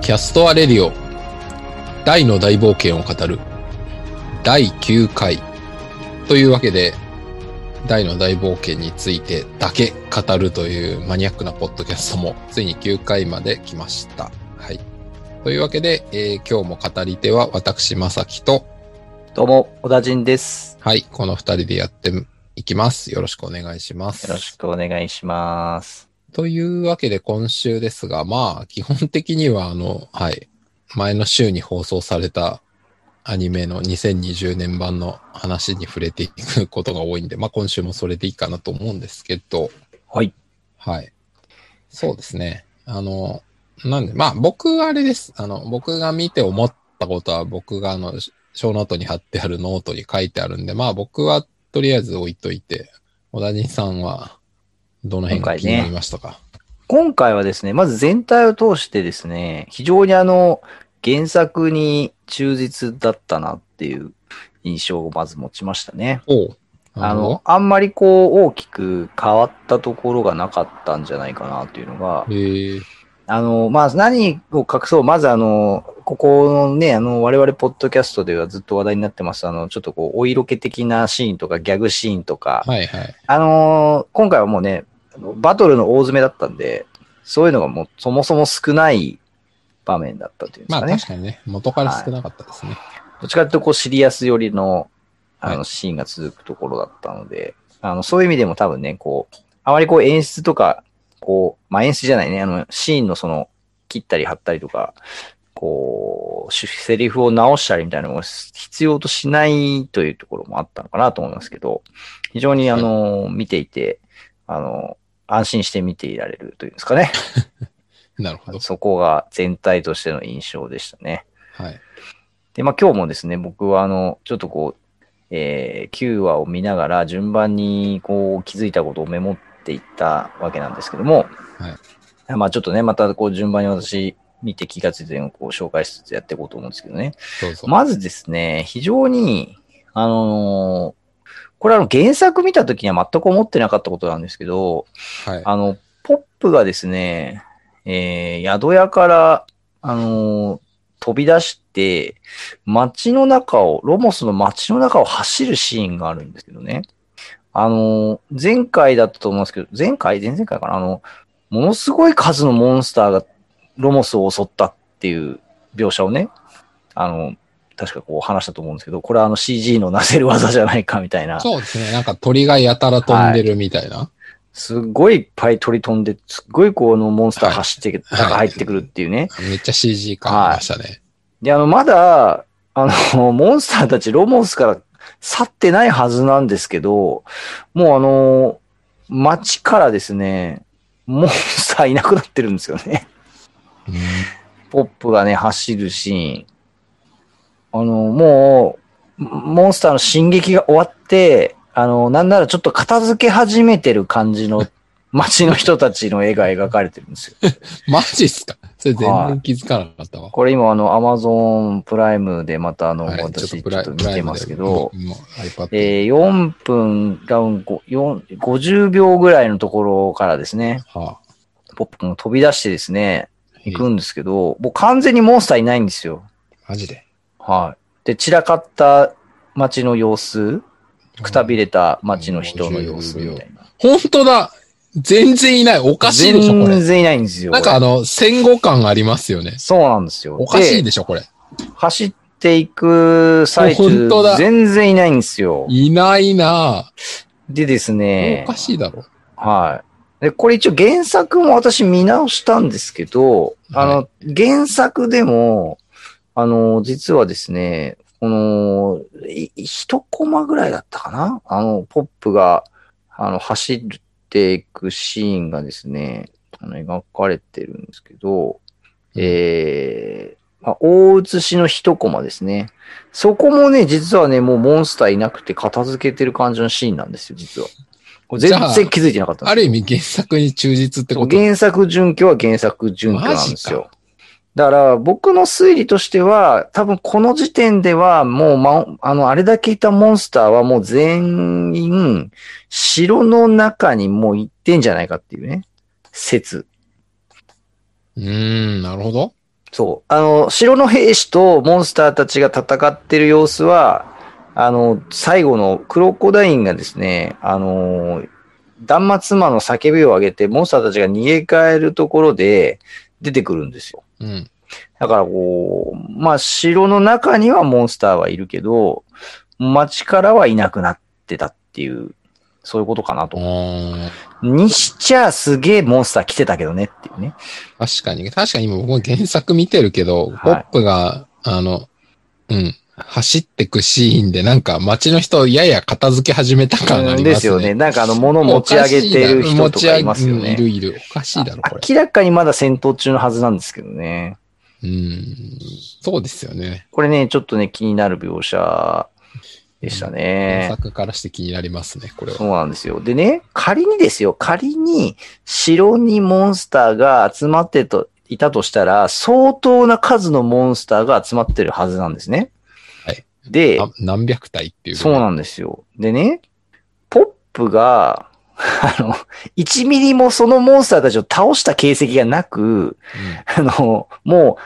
キャストアレディオ大の大冒険を語る第9回というわけで大の大冒険についてだけ語るというマニアックなポッドキャストもついに9回まで来ました。はい。というわけで、えー今日も語り手は私、まさきと、どうも、小田陣です。はい、この2人でやっていきます。よろしくお願いします。よろしくお願いします。というわけで今週ですが、まあ、基本的にはあの、はい、前の週に放送されたアニメの2020年版の話に触れていくことが多いんで、まあ今週もそれでいいかなと思うんですけど、はい。はい。そうですね。あの、なんで、まあ僕あれです。あの、僕が見て思ったことは僕があの、ショーノートに貼ってあるノートに書いてあるんで、まあ僕はとりあえず置いといて、小田人さんはどの辺が気になりましたか、今回はですね、まず全体を通してですね、非常にあの、原作に忠実だったなっていう印象をまず持ちましたね。おうあなるほの、あんまりこう、大きく変わったところがなかったんじゃないかなっていうのが、ど、へえあの、まあ、何を隠そう。まず、あの、ここのね、あの、我々、ポッドキャストではずっと話題になってます。あの、ちょっとこう、お色気的なシーンとか、ギャグシーンとか、はいはい。あのー今回はもうね、あのバトルの大詰めだったんで、そういうのがもう、そもそも少ない場面だったというんでますあかね。確かにね、元から少なかったですね。どっちかというと、こう、シリアス寄りの、あはの、シーンが続くところだったので、あの、そういう意味でも多分ね、こう、あまりこう、演出とか、こう、まあ、演出じゃないね、あの、シーンのその、切ったり貼ったりとか、こう、しセリフを直したりみたいなのを必要としないというところもあったのかなと思いますけど、非常にあの、見ていて、あの、安心して見ていられるというんですかね。なるほど。そこが全体としての印象でしたね。はい。で、まあ今日もですね、僕はあの、ちょっとこう、えー、9話を見ながら順番にこう気づいたことをメモっていったわけなんですけども、まあちょっとね、またこう順番に私見て気がついた点をこう紹介しつつやっていこうと思うんですけどね。どうぞ。まずですね、非常に、あのーこれあの原作見た時には全く思ってなかったことなんですけど、はい。あの、ポップがですね、えー宿屋から、あのー飛び出して、街の中を、ロモスの街の中を走るシーンがあるんですけどね。あのー前回だったと思うんですけど、前回前々回かなあの、ものすごい数のモンスターがロモスを襲ったっていう描写をね、あの、確かこう話したと思うんですけど、これはあの CG のなせる技じゃないかみたいな。そうですね。なんか鳥がやたら飛んでるみたいな。すっごいいっぱい鳥飛んで、すっごいこのモンスターはい走って、はい中入ってくるっていうね。めっちゃ CG 感ありましたね。で、あの、まだ、あの、モンスターたちロモスから去ってないはずなんですけど、もうあの、街からですね、モンスターいなくなってるんですよね。うんポップがね、走るシーン。あの、もう、モンスターの進撃が終わって、あの、なんならちょっと片付け始めてる感じの街の人たちの絵が描かれてるんですよ。マジっすかそれ全然気づかなかったわ。これ今、あの、アマゾンプライムでまた、あの、はい私、ちょっと見てますけど、もうもう iPad。えー4分、ダウン5 4 50秒ぐらいのところからですね、はあポップも飛び出してですね、行くえんですけど、もう完全にモンスターいないんですよ。マジで。はい。で、散らかった街の様子、くたびれた街の人の様子みたいな。本当だ全然いない。おかしいでしょ、こ全れ。然いないんですよ。なんかあの、戦後感ありますよね。そうなんですよ。おかしいでしょ、これ。走っていく最本中当だ、全然いないんですよ。いないなでですぁ。ねおか、しいだろ。はい。で、これ一応原作も私見直したんですけど、あの、は原作でも、あの、実はですね、この、い一コマぐらいだったかなあの、ポップが、あの、走っていくシーンがですね、あの、描かれてるんですけど、えー、まあ、大写しの一コマですね。そこもね、実はね、もうモンスターいなくて片付けてる感じのシーンなんですよ、実は。これ全然気づいてなかったんですよある意味原作に忠実ってこと原作準拠は原作準拠なんですよ。だから僕の推理としては、多分この時点ではもう、ま、あの、あれだけいたモンスターはもう全員、城の中にもう行ってんじゃないかっていうね、説。うーん、なるほど。そう。あの、城の兵士とモンスターたちが戦ってる様子は、あの、最後のクロコダインがですね、あの、断末魔の叫びを上げて、モンスターたちが逃げ帰るところで出てくるんですよ。うん。だからこう、まあ、城の中にはモンスターはいるけど、街からはいなくなってたっていう、そういうことかなうと。ーんにしちゃすげえモンスター来てたけどねっていうね。確かに、確かに今僕も原作見てるけど、ポはいップが、あの、うん、走ってくシーンでなんか街の人やや片付け始めた感ありますね。ですよね。なんかあの、物持ち上げてる人とかいますよ持ち上げうんいね。るいる。おかしいだろ、これ。明らかにまだ戦闘中のはずなんですけどね。うん。そうですよね。これね、ちょっとね、気になる描写でした原ね。作からして気になりますね、これそは。うなんですよ。でね、仮にですよ、仮に城にモンスターが集まってといたとしたら、相当な数のモンスターが集まってるはずなんですね。はいで、あ何百体っていう。そうなんですよ。でね、ポップが、 あの、1ミリもそのモンスターたちを倒した形跡がなく、 うんあの、も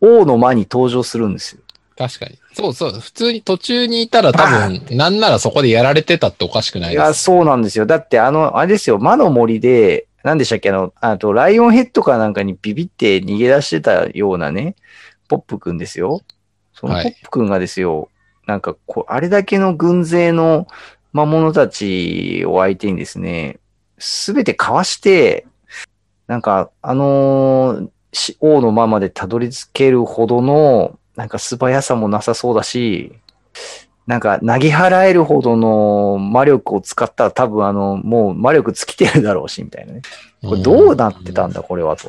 う、王の間に登場するんですよ。確かに。そうそう。普通に途中にいたら多分、なんならそこでやられてたっておかしくないいでや、す。そうなんですよ。だって、あの、あれですよ、魔の森で、何でしたっけ、あの、あと、ライオンヘッドかなんかにビビって逃げ出してたようなね、ポップくんですよ。そのポはいップくんがですよ、なんかこう、あれだけの軍勢の魔物たちを相手にですね、すべてかわして、なんか、あのーし王のままでたどり着けるほどの、なんか素早さもなさそうだし、なんか、投げ払えるほどの魔力を使ったら多分あの、もう魔力尽きてるだろうし、みたいなね。これどうなってたんだ、これはと。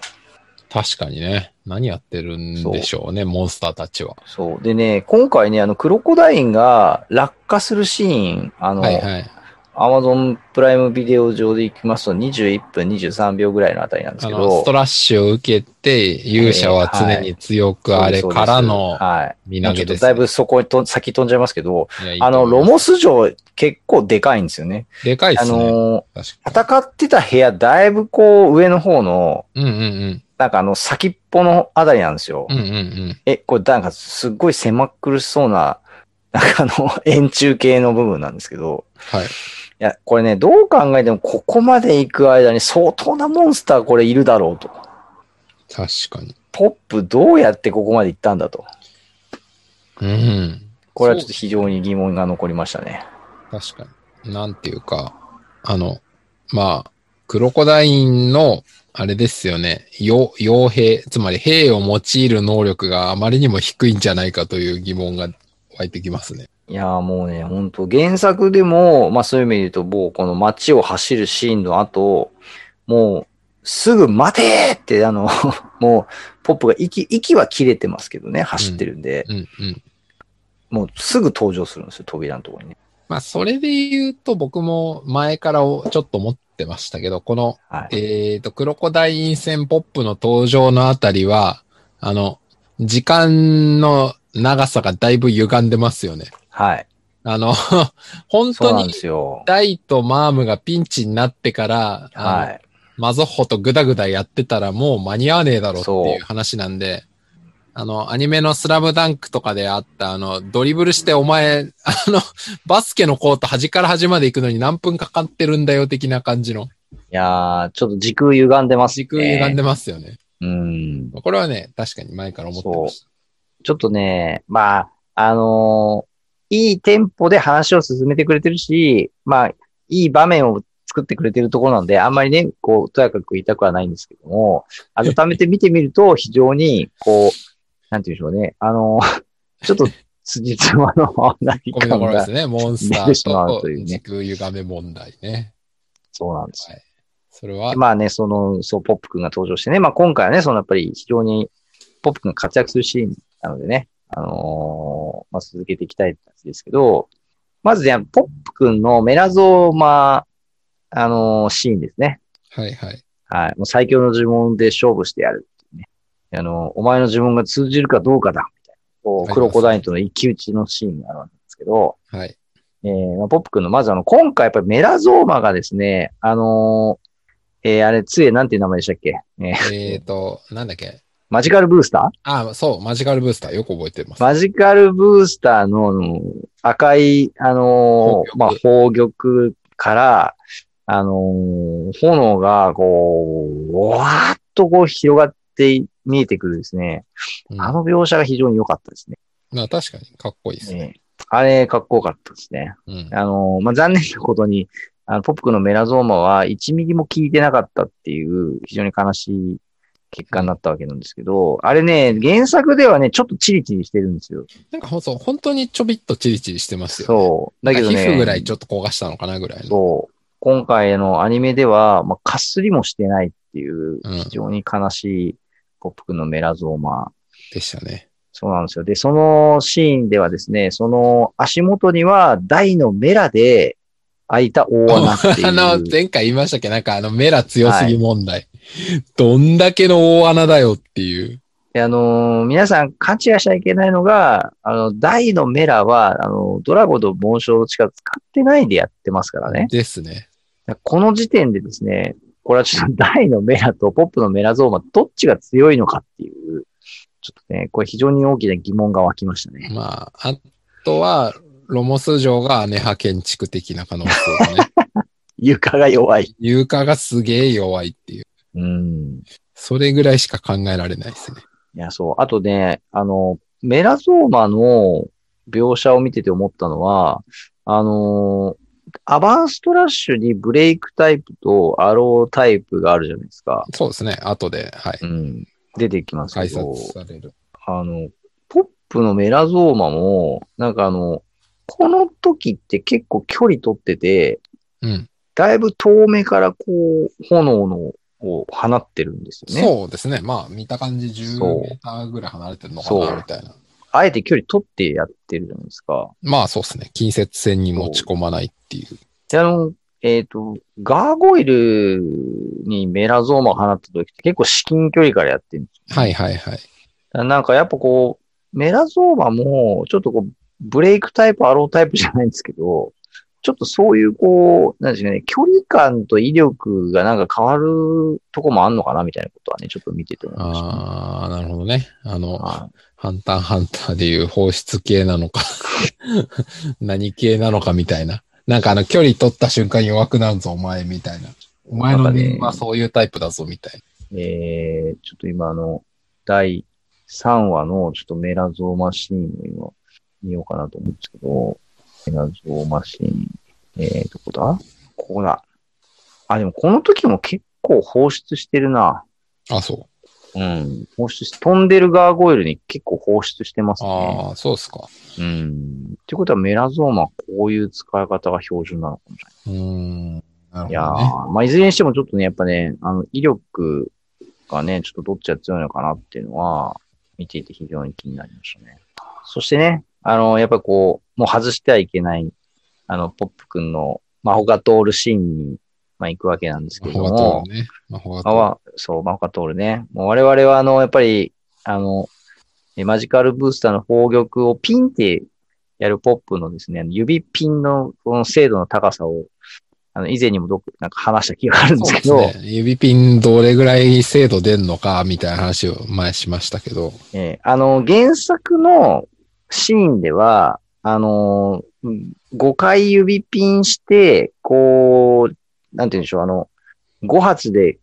確かにね。何やってるんでしょうね、モンスターたちは。そう。でね、今回ね、あの、クロコダインが落下するシーン、あの、はいはい。アマゾンプライムビデオ上で行きますと21分23秒ぐらいのあたりなんですあけの、どスト。ラッシュを受けて、勇者は常に強くあれそうですからのはい。身も投うちげょっとです、だいぶそこにと先飛んじゃいますけど、いやいいとあの、思いロますモス城結構でかいんですよね。でかいであすね。の、確か戦ってた部屋、だいぶこう上の方の、に。うんうんなんかあの先っぽのあたりなんですよ。うん。うんうんえ、これなんかすっごい狭苦しそうな、なんかあの円柱形の部分なんですけど、はいいや、これね、どう考えてもここまで行く間に相当なモンスターこれいるだろうと。うん。確かに。ポップどうやってここまで行ったんだと。うん。これはちょっと非常に疑問が残りましたね。確かに。なんていうか、あの、まあ、クロコダインの、あれですよね、傭傭兵、つまり兵を用いる能力があまりにも低いんじゃないかという疑問が湧いてきますね。いやーもうね、ほんと原作でも、まあそういう意味で言うと、もうこの街を走るシーンの後、もうすぐ待てーってあの、 もうポップが息、息は切れてますけどね、走ってるんで、うんうん。もうすぐ登場するんですよ、扉のところにね。まあ、それで言うと僕も前からおちょっと思ってましたけど、この、はい。えっ、と、クロコダイン戦ポップの登場のあたりは、あの、時間の長さがだいぶ歪んでますよね。はい。あの、 本そう当なんにですよ。ダイとマームがピンチになってから、あのはい。マゾッホとグダグダやってたらもう間に合わねえだろってそいうう話なんで、あの、アニメのスラムダンクとかであった、あの、ドリブルしてお前、 あの、バスケのコート端から端まで行くのに何分かかってるんだよ的な感じの、いやー、ちょっと時空歪んでますね。時空歪んでますよね。うん。これはね、確かに前から思ってましちょっとね、まあ、あのーいいテンポで話を進めてくれてるし、まあ、いい場面を作ってくれてるところなんで、あんまりね、こう、とやかく言いたくはないんですけども、改めて見てみ ると、非常に、こう、なんて言うんでしょうね、あのーちょ っと、辻褄の合わないた。こういうと感ころでがす、ね。モンスタ出て しまーうとというね時空歪め問題ね。そうなんですよ。それは、まあね、その、そう、ポップ君が登場してね、まあ今回はね、そのやっぱり非常に、ポップ君が活躍するシーンなのでね、あのーまあ続けていきたい感じですけど、まずね、ポップ君のメラゾーマ、あのーシーンですね。はいはい。はい。もう最強の呪文で勝負してやるっていうね。あのーお前の呪文が通じるかどうかだ、みたいな。こう、クロコダインとの一騎打ちのシーンがあるわけですけど、はい。えーまあ、ポップ君の、まずあの、今回やっぱりメラゾーマがですね、あのーえーあれ、つえ、なんていう名前でしたっけえーえっ、と、なんだっけマジカルブースタああ、そう、マジカルブースターよく覚えてます。ーマジカルブースターのあの赤い、あのー宝玉まあ、宝玉から、あのー炎がこう、わーっとこう広がって見えてくるですね。うんあの描写が非常に良かったですね。まあ確かにかっこいいですね。ええあれ、かっこよかったですね。うん。あの、まあ、残念なことに、あのポップ君のメラゾーマは1ミリも効いてなかったっていう、非常に悲しい結果になったわけなんですけど、あれね、原作ではね、ちょっとチリチリしてるんですよ。なんかほんそう本当にちょびっとチリチリしてますよ、ね。そう。だけどね、皮膚ぐらいちょっと焦がしたのかなぐらいの。そう。今回のアニメでは、まあ、かすりもしてないっていう、うん非常に悲しいポップ君のメラゾーマ。でしたね。そうなんですよ。で、そのシーンではですね、その足元には大のメラで開いた大穴っ ていあの、う。前回言いましたっけなんかあの、メラ強すぎ問題。どんだけの大穴だよっていう。で、あのー皆さん勘違いしちゃいけないのが、あの、大のメラは、あの、ドラゴンと紋章の力使ってないでやってますからね。ですね。この時点でですね、これはちょっと 大のメラとポップのメラゾーマ、どっちが強いのかっていう、ちょっとね、これ非常に大きな疑問が湧きましたね。まあ、あとは、ロモス城がアネハ建築的な可能性が ね。床が弱い。床がすげえ弱いっていう。うん。それぐらいしか考えられないですね。いや、そう。あとね、あの、メラゾーマの描写を見てて思ったのは、あのー、アバンストラッシュにブレイクタイプとアロータイプがあるじゃないですか。そうですね。後で、はい。うん。出てきますけ解ど、説される。あの、ポップのメラゾーマも、なんかあの、この時って結構距離取ってて、うん。だいぶ遠目からこう、炎のを放ってるんですよね。そうですね。まあ、見た感じそう10メーターぐらい離れてるのかそうな、みたいな。あえて距離取ってやってるじゃないですか。まあ、そうですね。近接戦に持ち込まないっていう。で、あの、えっ、と、ガーゴイルにメラゾーマを放った時って結構至近距離からやってるんですよ。はいはいはい。だからなんかやっぱこう、メラゾーマも、ちょっとこう、ブレイクタイプ、アロータイプじゃないんですけど、ちょっとそういうこう、なんですかね、距離感と威力がなんか変わるとこもあんのかなみたいなことはね、ちょっと見てて思いましたね。ああ、なるほどね。あの、はいハンターハンターでいう放出系なのか、 何系なのかみたいな。なんかあの、距離取った瞬間弱くなるぞ、お前みたいな。お前の人間はそういうタイプだぞ、みたいえー、ちょっと今あの、第3話のちょっとメラゾーマシーンを今見ようかなと思うんですけど、メラゾーマシーン、えー、どこだここだ。あ、でもこの時も結構放出してるな。な。あ、そうん。放出し、飛んでるガーゴイルに結構放出してますう。ね。ああ、そうっすか。うん。ってことはメラゾーマはこういう使い方が標準なのかもしれないうーん。なるほいやどね。ー、まあ、いずれにしてもちょっとね、やっぱね、あの、威力がね、ちょっとどっちが強いのかなっていうのは、見ていて非常に気になりましたね。そしてね、あの、やっぱこう、もう外してはいけない、あの、ポップくんの魔法が通るシーンに、まあ、行くわけなんですけ魔れど法がも通、るね。魔法がまあ通わ、そう、マホカトールね。もう我々は、あの、やっぱり、あの、えマジカルブースターの宝玉をピンってやるポップのですね、あの指ピンの、この精度の高さを、あの、以前にもどっかなんか話した気があるんる。ですそうけですど、ね。指ピンどれぐらい精度出んのか、みたいな話を前しましたけど。えーあの、原作のシーンでは、あのー、5回指ピンして、こう、なんて言うんでしょう、あの、5発で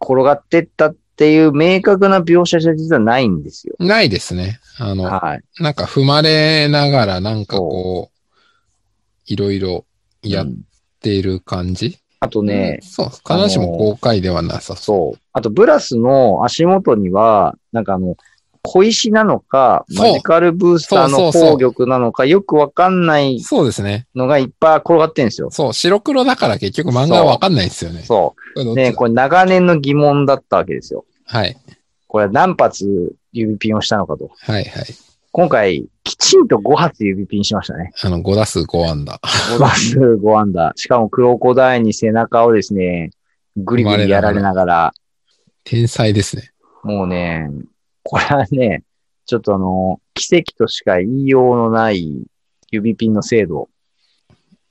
転がってったっていう明確な描写じゃ実はないんですよ。ないですね。あの、はい。なんか踏まれながら、なんかこう、いろいろやうっんてる感じ、あとね、そう、必ずしも豪快ではなさそう。そう。あと、ブラスの足元には、なんかあの、小石なのか、そうマジカルブースターそのうそうそう宝玉なのか、よくわかんないそうですね。のがいっぱい転がってんですよ。そう、白黒だから結局漫画はわかんないですよね。そこれどっう。ちだね、これ長年の疑問だったわけですよ。はい、これは何発指ピンをしたのかと。はい、はい。今回、きちんと5発指ピンし ましたね。あの、5打数5安打。 5打数5アンダー。しかも、クロコダイに背中をですね、ぐりぐりやられながら、天才ですね。もうね、これはね、ちょっとあの、奇跡としか言いようのない指ピンの精度。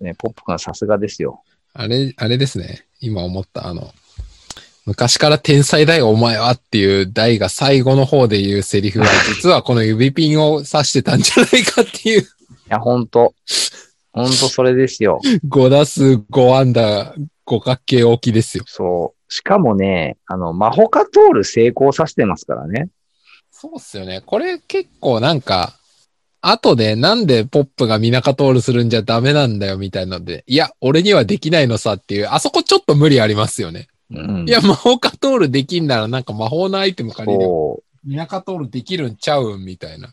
ね、ポップ君はさすがですよ。あれ、あれですね。今思った、あの、昔から天才だよ、お前はっていう、大が最後の方で言うセリフは、実はこの指ピンを指してたんじゃないかっていう、や、ほんと。ほんとそれですよ。 5打数5安打、五角形大きですよ。そう。しかもね、あの、マホカトール成功させてますからね。そうっすよね。これ結構なんか、後でなんでポップがミナカトールするんじゃダメなんだよみたいなので、いや、俺にはできないのさっていう、あそこちょっと無理ありますよね。うん。いや、魔法カトールできんならなんか魔法のアイテム借りるよ。そう。ミナカトールできるんちゃうんみたいな。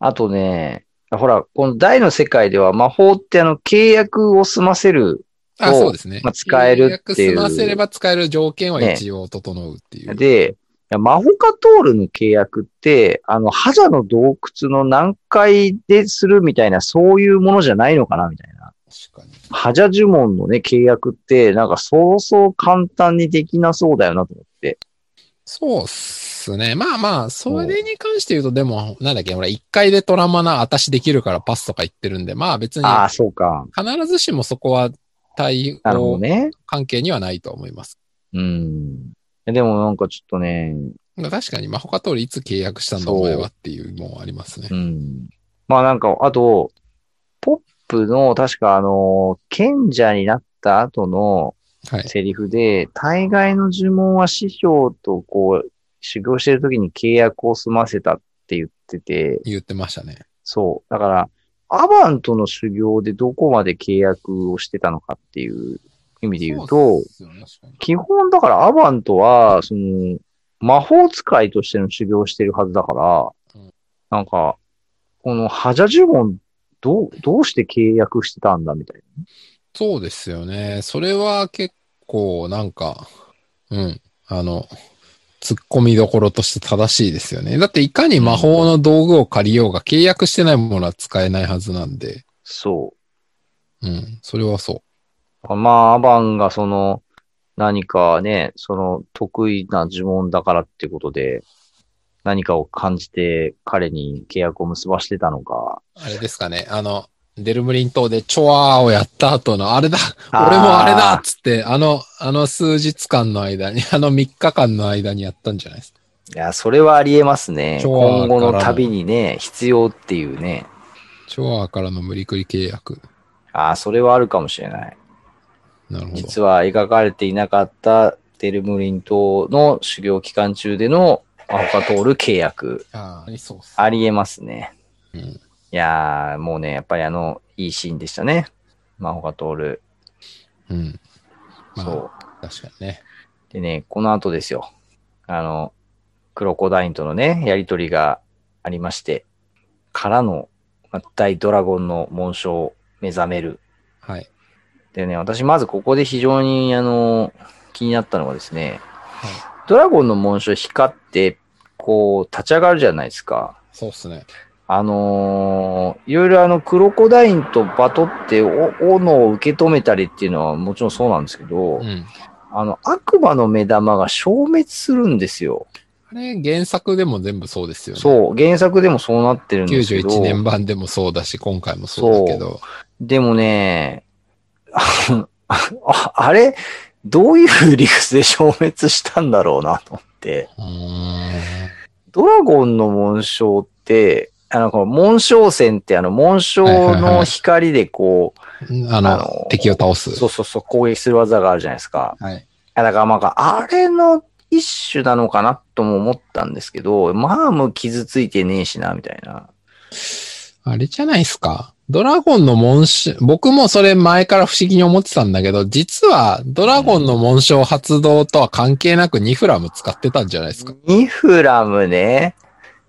あとね、ほら、この大の世界では魔法ってあの、契約を済ませる。あ、そうそうですね。まあ使えるっていう契約済ませれば使える条件は一応整うっていう。で、いやマホカトールの契約って、あの、覇者の洞窟の何階でするみたいな、そういうものじゃないのかなみたいな。確かに。覇者呪文のね、契約って、なんかそうそう簡単にできなそうだよなと思って。そうっすね。まあまあ、それに関して言うと、でも、なんだっけ、ほら、一回でトラマな、私できるからパスとか言ってるんで、まあ別に、ああ、そうか。必ずしもそこは対なるほど応ね。関係にはないと思います。うん。でもなんかちょっとね、確かに、マホカトールいつ契約したんだそうお前はっていうもんありますねう。ん。まあなんか、あと、ポップの確かあの、賢者になった後のはい。セリフで、大概の呪文は師匠とこう、修行してる時に契約を済ませたって言ってて、言ってましたね。そう。だから、アバンとの修行でどこまで契約をしてたのかっていう意味で言うそとっ、すよね確かに基本だからアバントは、その、魔法使いとしての修行をしてるはずだから、うんなんか、このハジャ呪文、どう、どうして契約してたんだみたいそうですよね。それは結構なんか、うん、あの、突っ込みどころとして正しいですよね。だっていかに魔法の道具を借りようが契約してないものは使えないはずなんで、な。そ。うん、それはそうまあ、アバンがその、何かね、その、得意な呪文だからってことで、何かを感じて彼に契約を結ばしてたのか。う。あれですかね、あの、デルムリン島でチョアーをやった後の、あれだ俺もあれだっつって、あの、あの数日間の間に、あの3日間の間にやったんじゃないですか。いや、それはありえますね。今日は今後の旅にね、必要っていうね。チョアーからの無理くり契約。ああ、それはあるかもしれない。なるほど。実は描かれていなかったデルムリン島の修行期間中でのアホカトール契約。ああ、ありそうっす。ありえますね。うんいやー、もうね、やっぱりあの、いいシーンでしたね。アホカトール。うん。まあそう。確かにね。でね、この後ですよ。あの、クロコダインとのね、やりとりがありまして、からの、まあ大ドラゴンの紋章を目覚める。はい。でね、私まずここで非常に、あの、気になったのがですね、はいドラゴンの紋章光って、こう、立ち上がるじゃないですか。そうっすね。あのーいろいろあの、クロコダインとバトって、お、斧を受け止めたりっていうのはもちろんそうなんですけど、うん。あの、悪魔の目玉が消滅するんですよ。あれ、原作でも全部そうですよね。う。そう、原作でもそうなってるんですけど。 91年版でもそうだし、今回もそうだけど。でもね、あああれどういう理屈で消滅したんだろうなと思って。うーんドラゴンの紋章って、あの、この紋章線ってあの紋章はいはいはのい光でこう、あの、あの敵を倒す。そうそうそう攻撃する技があるじゃないですか。はい。あだからまあ、あれの一種なのかなとも思ったんですけど、まあもう傷ついてねえしな、みたいな。あれじゃないですか。ドラゴンの紋章、僕もそれ前から不思議に思ってたんだけど、実はドラゴンの紋章発動とは関係なくニフラム使ってたんじゃないですか。ニフラムね。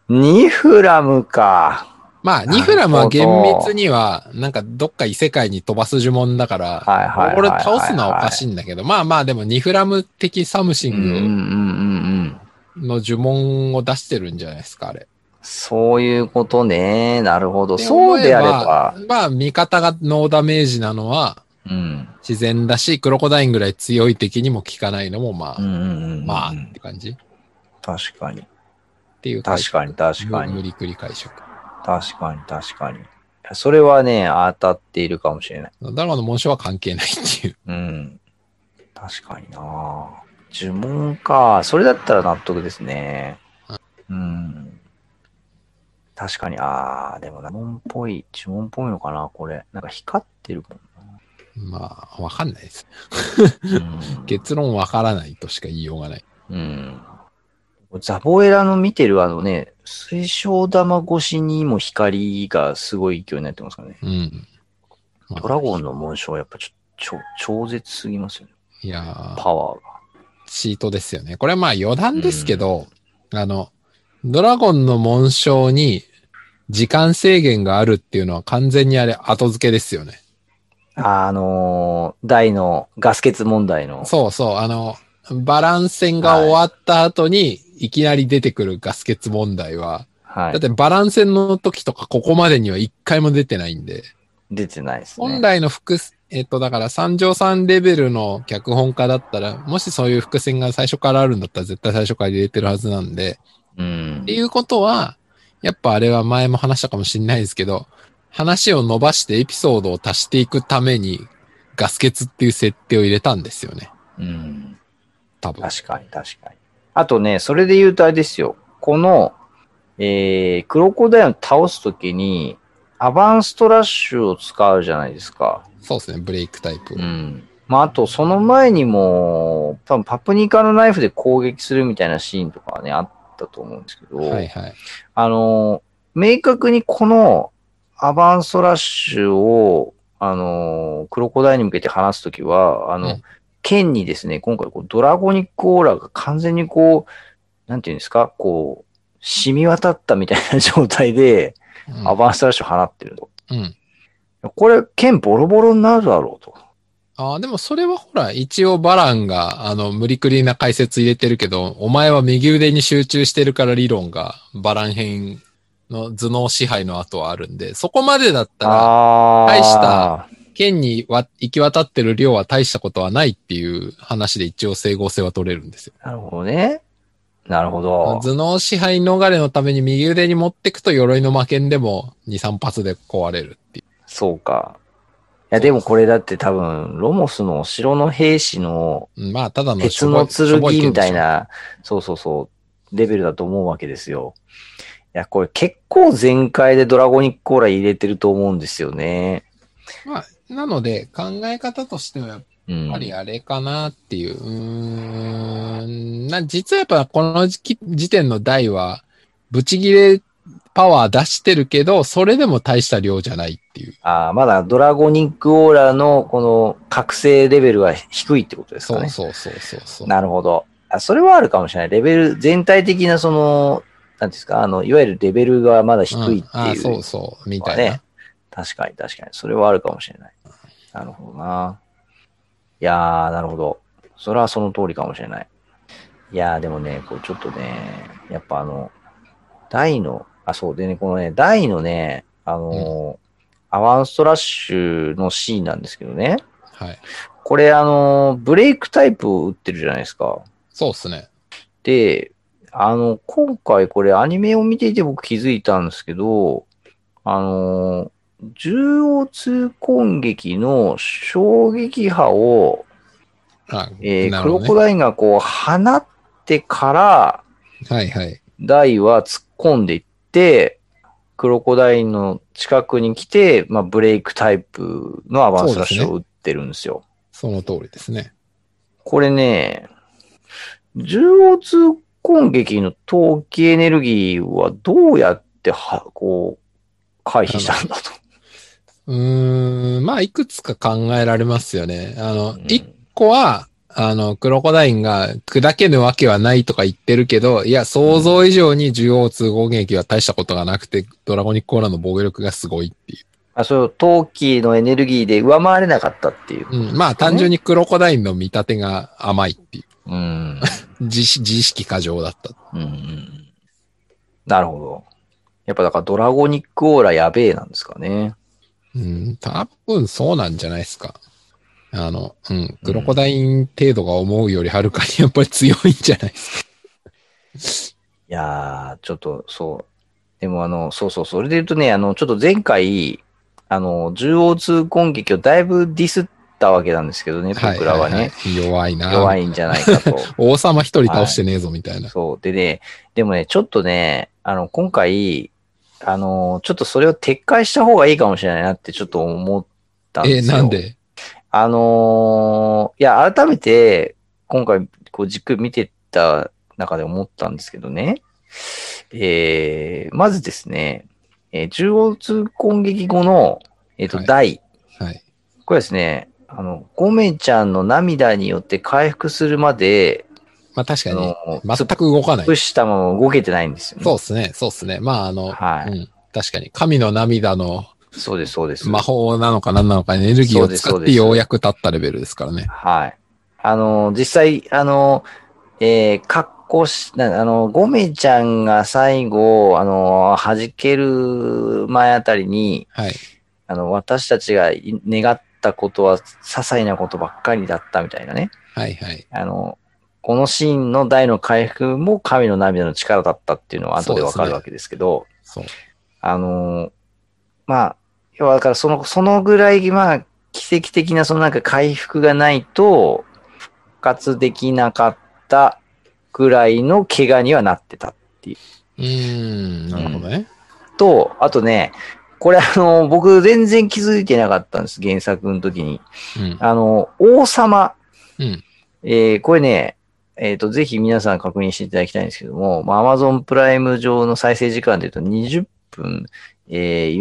ニフラムか。まあ、なるほどニフラムは厳密には、なんかどっか異世界に飛ばす呪文だから、はいはいはいはいはいこれ倒すのはおかしいんだけど、まあまあでもニフラム的サムシうんうんうんンうんうん。グの呪文を出してるんじゃないですか、あれ。そういうことね。なるほど。ってそうであれば。思え。まあ、味方がノーダメージなのはうん。自然だし、クロコダインぐらい強い敵にも効かないのも、まあ、うんうんうん。まあって感じっ確かに。ていう確かに、確か無無に。理くり解釈。確かに、確かに。それはね、当たっているかもしれない。ドラゴンの紋章は関係ないっていう。うん。確かにな呪文か。それだったら納得ですね。うん。確かに、あー、でも呪文っぽい、呪文っぽいのかな、これ。なんか光ってるもんまあ、わかんないです。な。うん結論わからないとしか言いようがない。うん。ザボエラの見てるあのね、水晶玉越しにも光がすごい勢いになってますからね。うん。まあドラゴンの紋章はやっぱちょちょ超絶すぎますよね。いやーパワーが。チートですよね。これはまあ余談ですけど、あの、ドラゴンの紋章に時間制限があるっていうのは完全にあれ後付けですよね。ああのー、大のガス欠問題の。そうそう、あの、バランス戦が終わった後にいきなり出てくるガス欠問題は、はだっい。てバランス戦の時とかここまでには一回も出てないんで、出てないです本ね。来の伏、えっと、だから三条さんレベルの脚本家だったら、もしそういう伏線が最初からあるんだったら絶対最初から入れてるはずなんで、うんって。いうことは、やっぱあれは前も話したかもしれないですけど、話を伸ばしてエピソードを足していくために、ガス欠っていう設定を入れたんですよね。うん。多分。確かに、確かに。あとね、それで言うとあれですよ。この、えー、クロコダインを倒すときに、アバンストラッシュを使うじゃないですか。そうですね、ブレイクタイプ。うん。まあ、あと、その前にも、多分パプニカのナイフで攻撃するみたいなシーンとかはね、あったと思うんですけど、はいはい。あの、明確にこのアバンストラッシュを、あの、クロコダイルに向けて話すときは、あの、うん剣にですね、今回こうドラゴニックオーラが完全にこう、なんていうんですか、こう、染み渡ったみたいな状態で、うんアバンストラッシュを放ってると。うん。これ、剣ボロボロになるだろうと。ああ、でもそれはほら、一応バランが、あの、無理くりな解説入れてるけど、お前は右腕に集中してるから理論が、バラン編の頭脳支配の後はあるんで、そこまでだったら、あー大した県にわ行き渡ってる量は大したことはないっていう話で一応整合性は取れるんですよ。なるほどね。なるほど。頭脳支配逃れのために右腕に持ってくと鎧の魔剣でも2、3発で壊れるっていそうか。いや、でもこれだって多分、ロモスのお城の兵士のううん。まあ、ただの鉄の剣みたい。な、そうそうそう、レベルだと思うわけですよ。いや、これ結構全開でドラゴニックコーラ入れてると思うんですよね。しょぼい剣でしょまあ、なので考え方としてはやっうん。ぱりあれかなっていう。うーん。な、実はやっぱこの時期時点の台は、ブチギレパワー出してるけど、それでも大した量じゃないっていう。あーまだドラゴニックオーラのこの覚醒レベルは低いってことですかそうね。そうそうそうそう。なるほどあ。それはあるかもしれない。レベル、全体的なその、なんていうんですか、あの、いわゆるレベルがまだ低いっていう。んあそうそう、みたいな。ね。確かに確かに。それはあるかもしれない。なるほどな。いやー、なるほど。それはその通りかもしれない。いやー、でもね、こうちょっとね、やっぱあの、大の、あ、そうでね、このね、大のね、あのーアワンストラッシュのシーンなんですけどね。はい。これあのーブレイクタイプを打ってるじゃないですか。そうっすね。で、あの、今回これアニメを見ていて僕気づいたんですけど、あの、重要通攻撃の衝撃波を、あ、えーなクるロほコどね。ダインがこう放ってから、はいはい。ダイは突っ込んでいって、クロコダインの近くに来て、まあ、ブレイクタイプのアバンスラッシュを打ってるんですよ。その通りですね。これね、重要通攻撃の投機エネルギーはどうやっては、こう、回避したんだと。うーん、まあ、いくつか考えられますよね。あのうん、一個は、あの、クロコダインが砕けぬわけはないとか言ってるけど、いや、想像以上に重王通攻撃は大したことがなくて、ドラゴニックコーラの防御力がすごいっていう。あそれを投機のエネルギーで上回れなかったっていう。うん、まあ、単純にクロコダインの見立てが甘いっていう。うん。自自意識過剰だった。うん。なるほど。やっぱだからドラゴニックオーラやべえなんですかね。うん、多分そうなんじゃないですか。あの、うん、クロコダイン程度が思うよりはるかにやっぱり強いんじゃないですか。いやー、ちょっと、そう。でもあの、そうそう、それで言うとね、あの、ちょっと前回、あの、縦横通攻撃をだいぶディスっったわけなんですけどね、 僕らはね。いいい弱いな。弱いんじゃないかと。王様一人倒してねえぞみたいな。そう。でね、でもね、ちょっとね、あの、今回、あの、ちょっとそれを撤回した方がいいかもしれないなってちょっと思ったんえでー、すよ。なんであのーいや、改めて、今回、こう、じっくり見てった中で思ったんですけどね。えー、まずですね、えー、中央通攻撃後の、えっ、と、はい第はい。これですね、あの、ゴメちゃんの涙によって回復するまで、まあ確かあに、の、全く動かない潰。したまま動けてないんですよね。そうですね、そうですね。まああの、はうい。ん。確かに、神の涙のそうです、そうです。魔法なのか何なのかエネルギーを使そうっですそうでてすようやく立ったレベルですからね。はい。あの、実際、あの、えー、格好し、なあの、ゴメちゃんが最後、あの、弾ける前あたりに、はい。あの、私たちがい願ったことは、些細なことばっかりだったみたいなね。はいはい。あの、このシーンの大の回復も神の涙の力だったっていうのは後でわかるわけですけど、そう。あの、まあ、要はだからその、そのぐらい、まあ、奇跡的な、そのなんか回復がないと、復活できなかったぐらいの怪我にはなってた。うーん、なるほどね。と、あとね、これあの、僕全然気づいてなかったんです、原作の時に。うん。あの、王様。うん。えーこれね、えっ、と、ぜひ皆さん確認していただきたいんですけども、まあ、Amazon プライム上の再生時間で言うと20分、えー、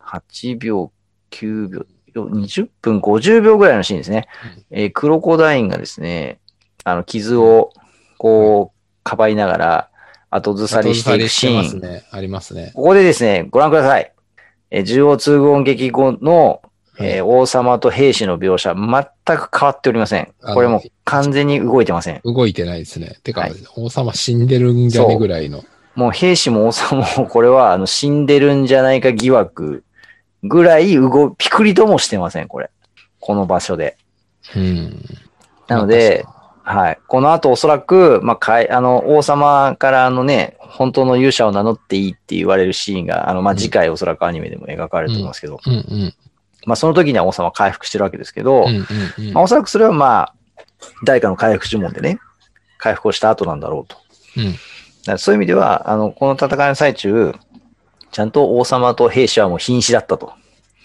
48秒、9秒、よ20分50秒ぐらいのシーンですね。えークロコダインがですね、あの、傷を、こう、かばいながら、後ずさりしていくシまーすン。ね。ありますね。ここでですね、ご覧ください。えー中央通言劇後の、えー王様と兵士の描写、全く変わっておりません。あのこれもう完全に動いてません。動いてないですね。てか、はい王様死んでるんじゃねぐらいの。もう兵士も王様も、これはあの死んでるんじゃないか疑惑ぐらい動、ピクリともしてません、これ。この場所で。うん。なので、はい。この後おそらく、まあ、かい、あの、王様からあのね、本当の勇者を名乗っていいって言われるシーンが、あの、まあ、うん次回おそらくアニメでも描かれると思いますけど、うんうん。まあ、その時には王様は回復してるわけですけど、うんうんうんまあ、おそらくそれはまあ、誰かの回復呪文でね、回復をした後なんだろうと。うんだからそういう意味では、あの、この戦いの最中、ちゃんと王様と兵士はもう瀕死だったと。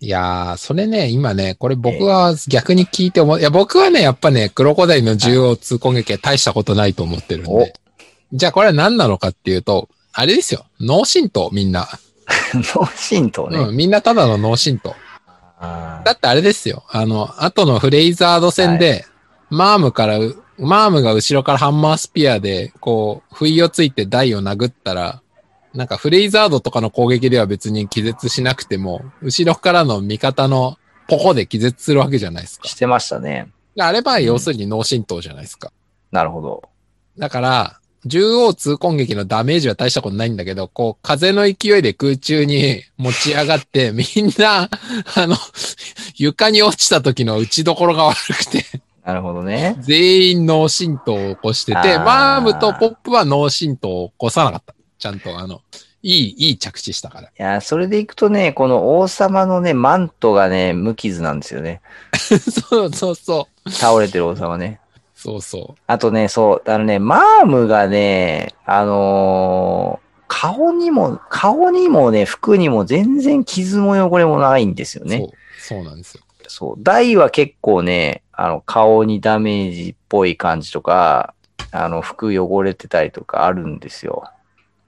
いやー、それね、今ね、これ僕は逆に聞いて思う。いや、僕はね、やっぱね、クロコダイルの縦横通攻撃は大したことないと思ってるんおで。じゃあこれは何なのかっていうと、あれですよ。脳震盪、みんな。脳震盪ね。うん、みんなただの脳震盪。あだーってあれですよ。あの、後のフレイザード戦で、マームからう、マームが後ろからハンマースピアで、こう、不意をついて台を殴ったら、なんかフレイザードとかの攻撃では別に気絶しなくても、後ろからの味方のポコで気絶するわけじゃないですかし。てましたね。あれは要するに脳震盪じゃないですか。なるほど。だから、縦横通攻撃のダメージは大したことないんだけど、こう、風の勢いで空中に持ち上がって、 みんな、あの、床に落ちた時の打ちどころが悪くて、 なるほどね。全員脳震盪を起こしてて、あーマームとポップは脳震盪を起こさなかった。ちゃんと、あの、いい、いい着地したから。 いやー、それでいくとね、この王様のね、マントがね、無傷なんですよね。そうそうそう。倒れてる王様ね。そうそあとね、そう、あのね、マームがね、あのー顔にも、顔にもね、服にも全然傷も汚れもないんですよう。ね。そう。そうなんですよ。そう。大は結構ね、あの、顔にダメージっぽい感じとか、あの、服汚れてたりとかあるんですよ。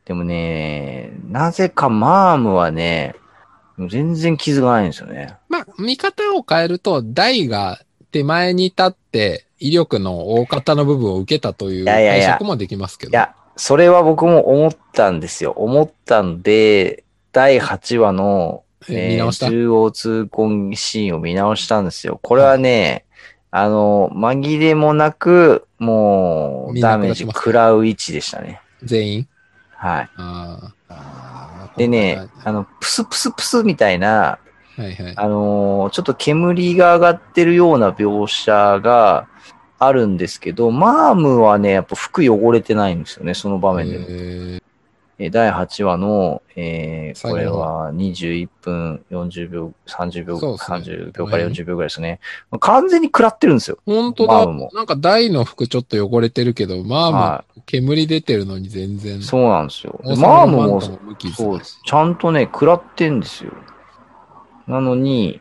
でもね、なぜかマームはね、全然傷がないんですよね。まあ、見方を変えると、台が手前に立って、威力の大方の部分を受けたといういやいやい解や釈もできますけど。いや、それは僕も思ったんですよ。思ったんで、第8話の、え見直したえー中央通行シーンを見直したんですよ。これはね、あの、紛れもなく、もう、みんな食らってダメージます食らう位置でしたね。全員はい。あーあー。でね、あの、プスプスプスみたいな、はいはい。あのーちょっと煙が上がってるような描写があるんですけど、マームはね、やっぱ服汚れてないんですよね、その場面でも。えーえー第8話の、えー最こ後のれは21分40秒、30秒、そうですね30秒から40秒ぐらいですね。完全に食らってるんですよ。本当マーだムも。なんか台の服ちょっと汚れてるけど、マーム、は煙出てるのに全然。い。そうなんですよ。王で様マのームもマントも無傷そうだでしす。ちゃんとね、食らってんですよ。なのに、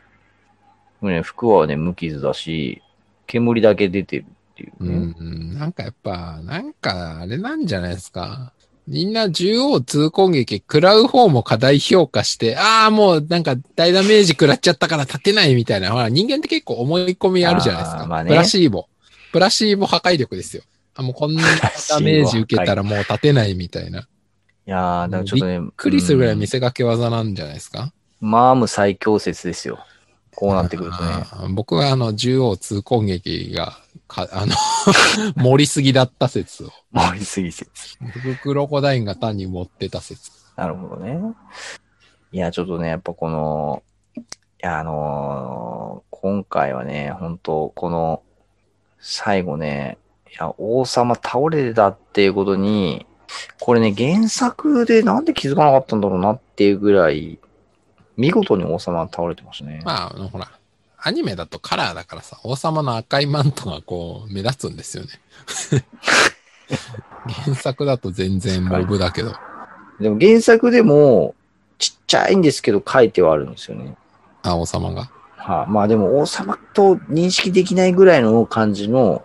ね、服はね、無傷だし、煙だけ出てるっていううね。んうん、なんかやっぱ、なんかあれなんじゃないですか。みんな縦横通攻撃食らう方も過大評価して、ああ、もうなんか大ダメージ食らっちゃったから立てないみたいな。ほら、人間って結構思い込みあるじゃないですあか。ーまあねプラシーボ。プラシーボ破壊力ですよ。あもうこんなダメージ受けたら。いらもう立てないみたいな。びっやー、だからちょっとね。びっくりするぐらい見せかけ技なんじゃないですか。マーム最強説ですよ。こうなってくるとね。あー僕はあの、縦横通攻撃が、かあの、 盛りすぎだった説を。盛りすぎ説。僕、クロコダインが単に持ってた説。なるほどね。いや、ちょっとね、やっぱこの、いや、あのー今回はね、本当この、最後ね、いや、王様倒れてたっていうことに、これね、原作でなんで気づかなかったんだろうなっていうぐらい、見事に王様倒れてましたね。まあ、あの、ほら、アニメだとカラーだからさ、王様の赤いマントがこう、目立つんですよね。 原作だと全然モブだけど。でも原作でも、ちっちゃいんですけど、書いてはあるんですよね。あ、王様が。はい、まあでも王様と認識できないぐらいの感じの、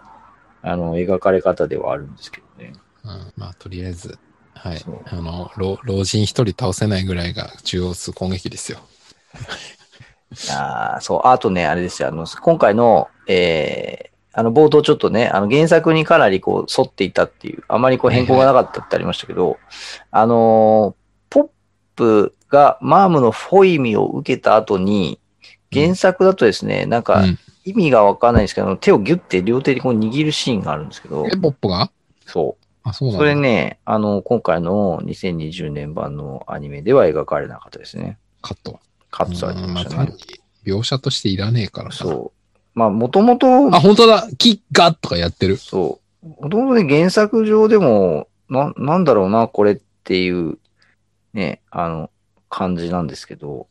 あの、描かれ方ではあるんですけどね。うん、まあ、とりあえず、はいそう。あの、老老人一人倒せないぐらいが中央数攻撃ですよ。ああ、そう。あとね、あれですよ。あの、今回の、えー、あの、冒頭ちょっとね、あの、原作にかなりこう、沿っていたっていう、あまりこう、変更がなかったってありましたけど、あのーポップがマームのフォイミを受けた後に、原作だとですね、なんうか、ん。意味がわかんないんですけど、手をギュッて両手でこう握るシーンがあるんですけどえ、、ポップがそう。あ、そうなんだ。それね、あの、今回の2020年版のアニメでは描かれなかったですね。カットは。カットされてうんままあ、した単ねに。描写としていらねえからなそう。まあ、もともとあ、、本当だキッガッとかやってる。そう。もともとね、原作上でも、な、なんだろうな、これっていう、ね、あの、感じなんですけど、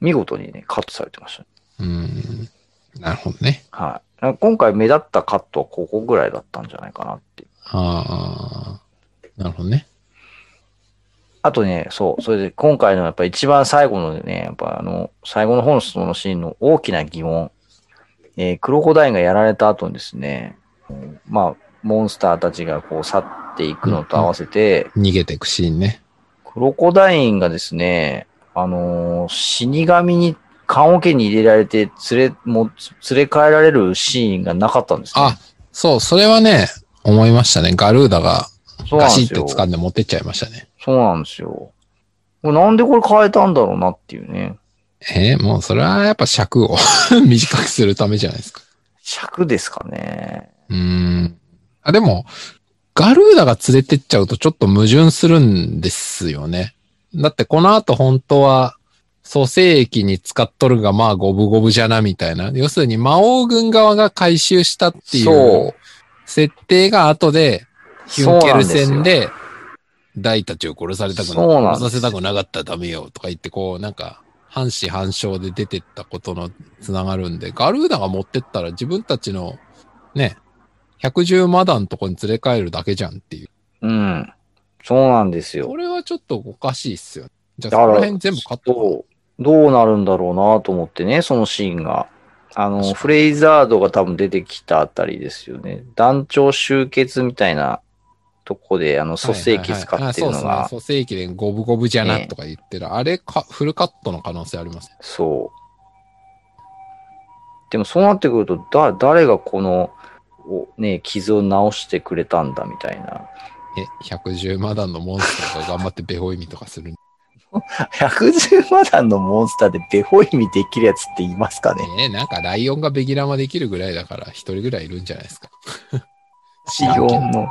見事にね、カットされてましたね。うん。なるほどね。はい。なんか今回目立ったカットはここぐらいだったんじゃないかなっていう。ああ。なるほどね。あとね、そう、それで今回のやっぱ一番最後のね、やっぱあの、最後の本質のシーンの大きな疑問。えークロコダインがやられた後にですね、まあ、モンスターたちがこう去っていくのと合わせて、逃げてくシーンね。クロコダインがですね、あのー死神に棺桶に入れられて連れ、もう連れ帰られるシーンがなかったんですね。あ、そう、それはね、思いましたね。ガルーダがそうガなんシでっすてよ。掴んで持ってっちゃいましたね。そうなんですよ。これなんでこれ変えたんだろうなっていうね。えーもうそれはやっぱ尺を 短くするためじゃないですか。尺ですかね。うーん。あ、でも、ガルーダが連れてっちゃうとちょっと矛盾するんですよね。だってこの後本当は、蘇生液に使っとるがまあ五分五分じゃなみたいな。要するに魔王軍側が回収したっていそうう設定が後で、ヒュンケル戦でで、ダイたちを殺されたくそうなんな、です殺させたくなかったらダメよとか言って、こう、なんか、半死半生で出てったことのつながるんで、ガルーダが持ってったら自分たちの、ね、110マダンとこに連れ帰るだけじゃんっていう。うん。そうなんですよこ。れはちょっとおかしいっすよ。じゃあ、そだかこらら辺全部カット。どう、どうなるんだろうなと思ってね、そのシーンが。確あかの、にフレイザードが多分出てきたあたりですよね。団長集結みたいなとこで、あの、蘇生機使ってるのが、はいはいはいあそうですね。蘇生機で五分五分じゃええなとか言ってる。あれか、フルカットの可能性あります。そう。でもそうなってくると、だ、誰がこの、おね、傷を治してくれたんだみたい な。え、110マダンのモンスターが頑張ってベホイミとかするんで110マダンのモンスターでベホイミできるやつっていますかねねえ、なんかライオンがベギラマできるぐらいだから、一人ぐらいいるんじゃない ですか。シオンの、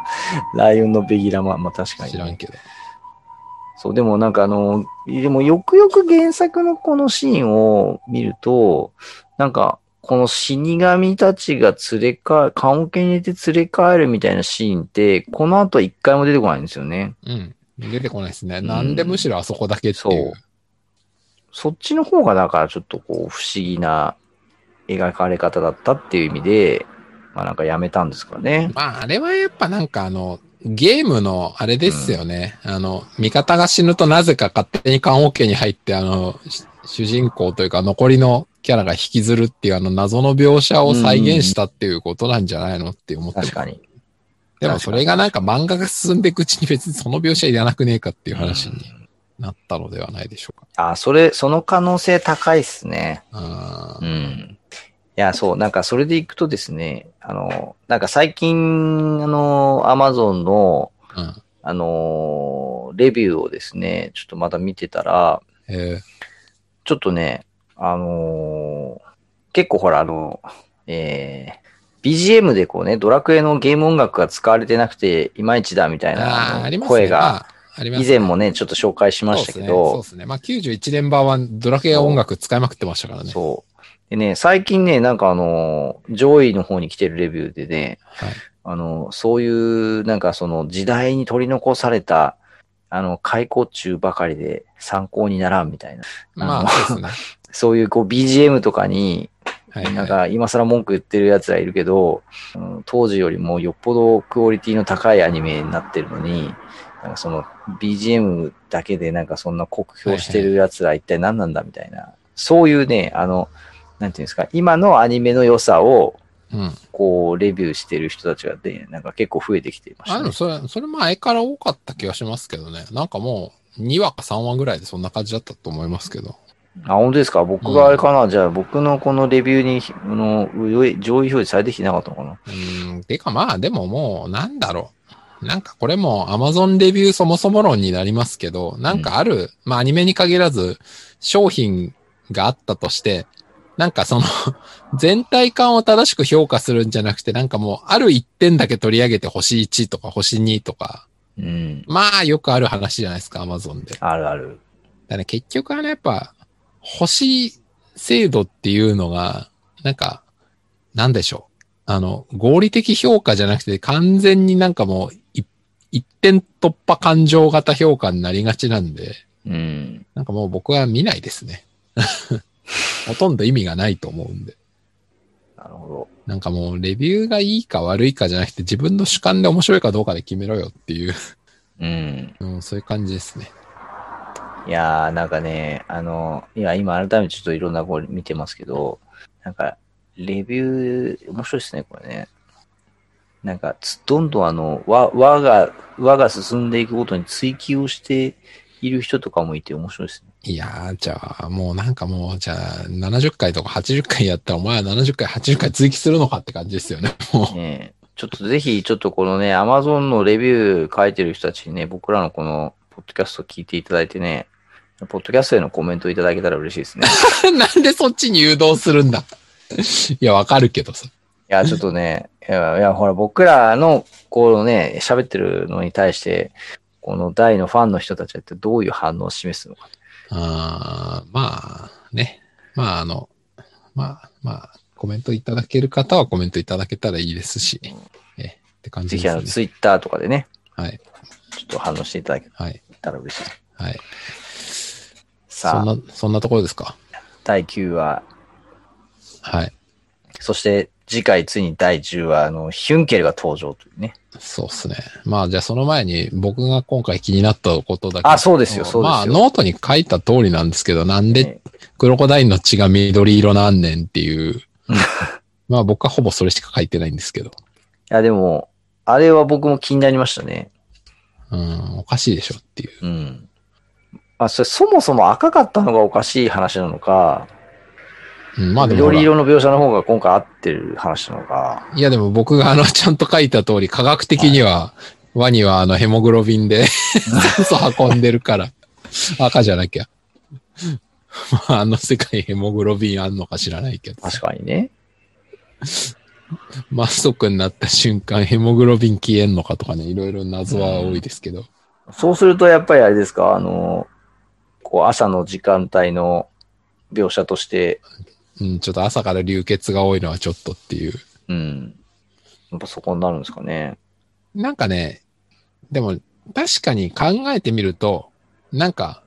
ライオンのベギラマ、まあ確かに知ね、らんけど。そう、でもなんかあの、でもよくよく原作のこのシーンを見ると、なんか、この死神たちが連れか、棺桶に入れて連れ帰るみたいなシーンって、この後一回も出てこないんですよね。うん。出てこないですね。なんでむしろあそこだけっていう。そっちの方がだからちょっとこう不思議な描かれ方だったっていう意味で、まあなんかやめたんですかね。まあ、あれはやっぱなんかあの、ゲームのあれですよね。あの、味方が死ぬとなぜか勝手に棺桶に入って、あの、し主人公というか残りのキャラが引きずるっていうあの謎の描写を再現したっていうことなんじゃないのって思って確かに。でもそれがなんか漫画が進んでいくうちに別にその描写いらなくねえかっていう話になったのではないでしょうか。あ、それ、その可能性高いっすね。あうーん。いや、そう、なんかそれでいくとですね、あの、なんか最近、あの、アマゾンの、うんあの、レビューをですね、ちょっとまた見てたら、えちょっとね、あのー結構ほら、あの、えー BGM でこうね、ドラクエのゲーム音楽が使われてなくて、いまいちだみたいー、あなーあありのますね。声が、あ、あります以前もね、ちょっと紹介しましたけそうですど、ね。そうですねまあ91年版はドラケア音楽使いまくってましたからね。そう。でね、最近ね、なんかあのー、上位の方に来てるレビューでね、はいあのー、そういう、なんかその時代に取り残された、あの、開口中ばかりで参考にならんみたいな、まああのそうですそういうこう BGM とかに、ね。 はい、なんはい。か今更文句言ってる奴らいるけど、うん当時よりもよっぽどクオリティの高いアニメになってるのに、なんかその BGM だけでなんかそんな酷評してる奴ら一体何なんだみたいな、そういうね、あの、なんていうんですか、今のアニメの良さをうん。こうレビューしてる人たちがね、なんか結構増えてきていましあたでねも。それ、それもあれから多かった気がしますけどね。なんかもう、2話か3話ぐらいでそんな感じだったと思いますけど。あ、本当ですか僕があれかな、じゃあ僕のこのレビューに、あの上位上位表示されてきてなかったのかなうーん、てかまあ、でももう、なんだろう。なんかこれも Amazon レビューそもそも論になりますけど、なんかある、まあアニメに限らず、商品があったとして、なんかその、 全体感を正しく評価するんじゃなくて、なんかもう、ある一点だけ取り上げて星1とか星2とか、うん。まあよくある話じゃないですか、Amazon で。あるある。だね、結局あの、やっぱ、星制度っていうのが、なんか、なんでしょう。あの、合理的評価じゃなくて、完全になんかもう、い一点突破感情型評価になりがちなんで、うん。なんかもう僕は見ないですね。 ほとんど意味がないと思うんで。なるほど。なんかもう、レビューがいいか悪いかじゃなくて、自分の主観で面白いかどうかで決めろよっていう、うん。うん、そういう感じですね。いやー、なんかね、あの、いや、今改めてちょっといろんなこれ見てますけど、なんか、レビュー、面白いですね、これね。なんか、つどんどんあの、わ、わが、わが進んでいくことに追求をしている人とかもいて面白いですね。いやー、じゃあ、もうなんかもう、じゃあ、70回とか80回やったら、お前は70回、80回追記するのかって感じですよね。もねえちょっとぜひ、ちょっとこのね、アマゾンのレビュー書いてる人たちにね、僕らのこの、ポッドキャストを聞いていただいてね、ポッドキャストへのコメントをいただけたら嬉しいですね。う。 なんでそっちに誘導するんだいや、わかるけどさ。いや、ちょっとね、いや、いやほら、僕らの、こうね、喋ってるのに対して、この大のファンの人たちはってどういう反応を示すのか。あーまあ、ね。まあ、あの、まあ、まあ、コメントいただける方はコメントいただけたらいいですし、え、って感ぜじひ、であすの、ね。ツイッターとかでね、はい、ちょっと反応していただけはい、たら嬉しいです。はい。そさんあ、な、そんなところですか第9話、はい。そして次回ついに第10話、あの、ヒュンケルが登場というね。そうっすね。まあ、じゃあその前に僕が今回気になったことだけ。あそうですよそうですよまあ、ノートに書いた通りなんですけど、なんでクロコダインの血が緑色なんねんって いう。まあ、僕はほぼそれしか書いてないんですけど。いや、でも、あれは僕も気になりましたね。うん、おかしいでしょっていう。うん。まあ、それそもそも赤かったのがおかしい話なのか、うん、まあでもほら緑色の描写の方が今回合ってる話なのか。いやでも僕があの、ちゃんと書いた通り、科学的には、ワニはあの、ヘモグロビン で酸素運んでるから、赤じゃなきゃ。まあ、あの世界ヘモグロビンあんのか知らないけど。確かにね。マストクになった瞬間、ヘモグロビン消えんのかとかね、いろいろ謎は多いですけど。そうすると、やっぱりあれですか、あの、こう、朝の時間帯の描写として、うん、ちょっと朝から流血が多いのはちょっとっていう。うん。やっぱそこになるんですかね。なんかね、でも、確かに考えてみると、なんか、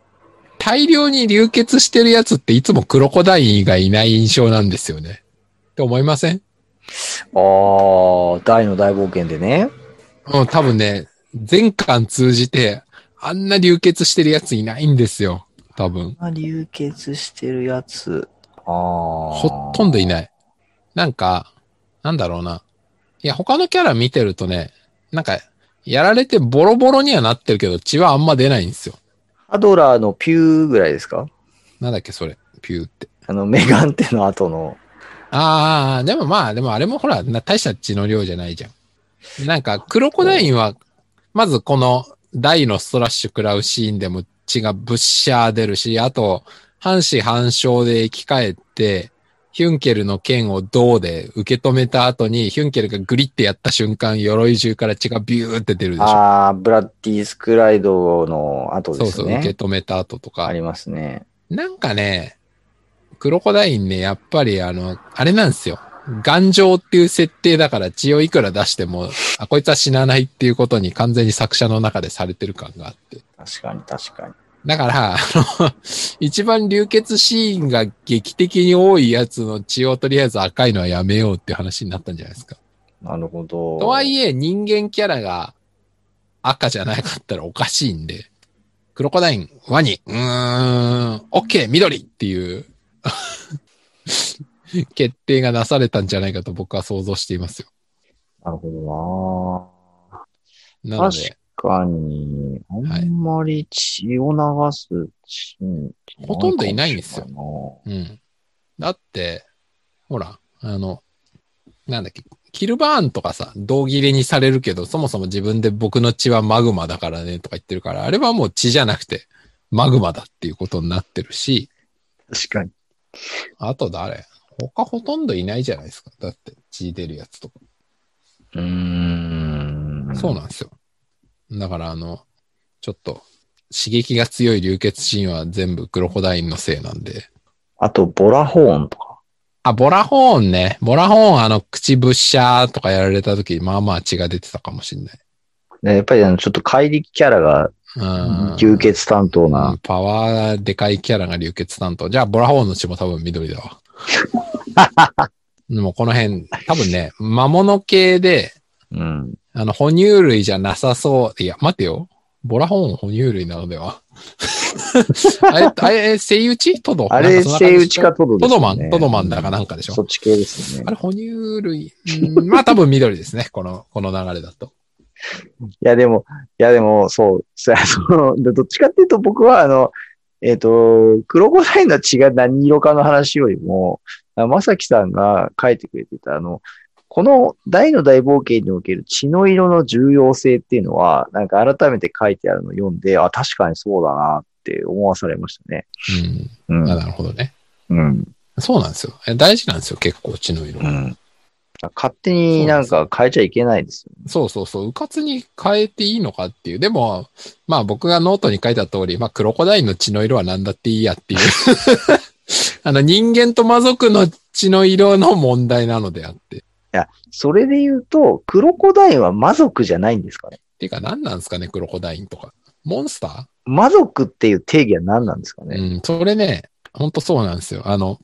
大量に流血してるやつっていつもクロコダインがいない印象なんですよね。って思いませんああ、大の大冒険でね。うん、多分ね、全巻通じて、あんな流血してるやついないんですよ。多分。あ流血してるやつ。ああ。ほとんどいない。なんか、なんだろうな。いや、他のキャラ見てるとね、なんか、やられてボロボロにはなってるけど、血はあんま出ないんですよ。アドラーのピューぐらいですかなんだっけ、それ。ピューって。あの、 メガンテの後の。ああ、でもまあ、でもあれもほら、な大した血の量じゃないじゃん。なんか、クロコダインは、まずこの、大のストラッシュ食らうシーンでも血がぶっしゃー出るし、あと、半死半生で生き返って、ヒュンケルの剣を銅で受け止めた後に、ヒュンケルがグリってやった瞬間、鎧中から血がビューって出るでしょ。ああ、ブラッディ・スクライドの後そでうすそう、ね。受け止めた後とかあ。りますね。なんかね、クロコダインね、やっぱりあの、あれなんですよ。頑丈っていう設定だから血をいくら出しても、あ、こいつは死なないっていうことに完全に作者の中でされてる感があって。確かに確かに。だから、あの、 一番流血シーンが劇的に多いやつの血をとりあえず赤いのはやめようっていう話になったんじゃないですか。なるほど。とはいえ、人間キャラが赤じゃなかったらおかしいんで、クロコダイン、ワニ、うーん、オッケー、緑っていう 決定がなされたんじゃないかと僕は想像していますよ。なるほなどのなで、確かに、あはいんまり血を流すシーン、ほとんどいないんですよよ。うん。だって、ほら、あの、なんだっけ、キルバーンとかさ、胴切れにされるけど、そもそも自分で僕の血はマグマだからねとか言ってるから、あれはもう血じゃなくて、マグマだっていうことになってるし、確かに。あと誰他ほとんどいないじゃないですか。だって血出るやつとか。うーん。そうなんですよ。だからあの、ちょっと刺激が強い流血シーンは全部クロコダインのせいなんで。あと、ボラホーンとか。あ、ボラホーンね。ボラホーンあの口ぶっしゃーとかやられた時、まあまあ血が出てたかもしんない。ねやっぱりあの、ちょっと怪力キャラがうん。流血担当う。なんパワーでかいキャラが流血担当。じゃあ、ボラホーンの血も多分緑だ わ。でもこの辺、多分ね、魔物系で、うん。あの、哺乳類じゃなさそう。いや、待てよ。ボラホーン哺乳類なのでは あれ、あれ、セイウチトドあれ、セイウチかかトドトですドよマねン、トドマンだかなんかでしそょっち系ですねあ。れ、哺乳類。 うんまあ、多分緑ですね。この、この流れだと。いや、でも、いや、でも、そう、そう その、でどっちかっていうと僕は、あの、えっ、と、クロコダインの血が何色かの話よりも、あまさきさんが書いてくれてた、あの、この大の大冒険における血の色の重要性っていうのは、なんか改めて書いてあるのを読んで、あ、確かにそうだなって思わされましたね。うん。うあん。なるほどね。うん。そうなんですよ。え大事なんですよ。結構、血の色。うん。勝手になんか変えちゃいけないですよね。そうそうそう。うかつに変えていいのかっていう。でも、まあ僕がノートに書いた通り、まあクロコダインの血の色は何だっていいやっていう。 あの人間と魔族の血の色の問題なのであって。っそれで言うと、クロコダインは魔族じゃないんですかねていうか何なんですかね、クロコダインとか。モンスタ魔族っていう定義は何なんですかー、ね、うん、それね、ほんとそうなんですよ。あの、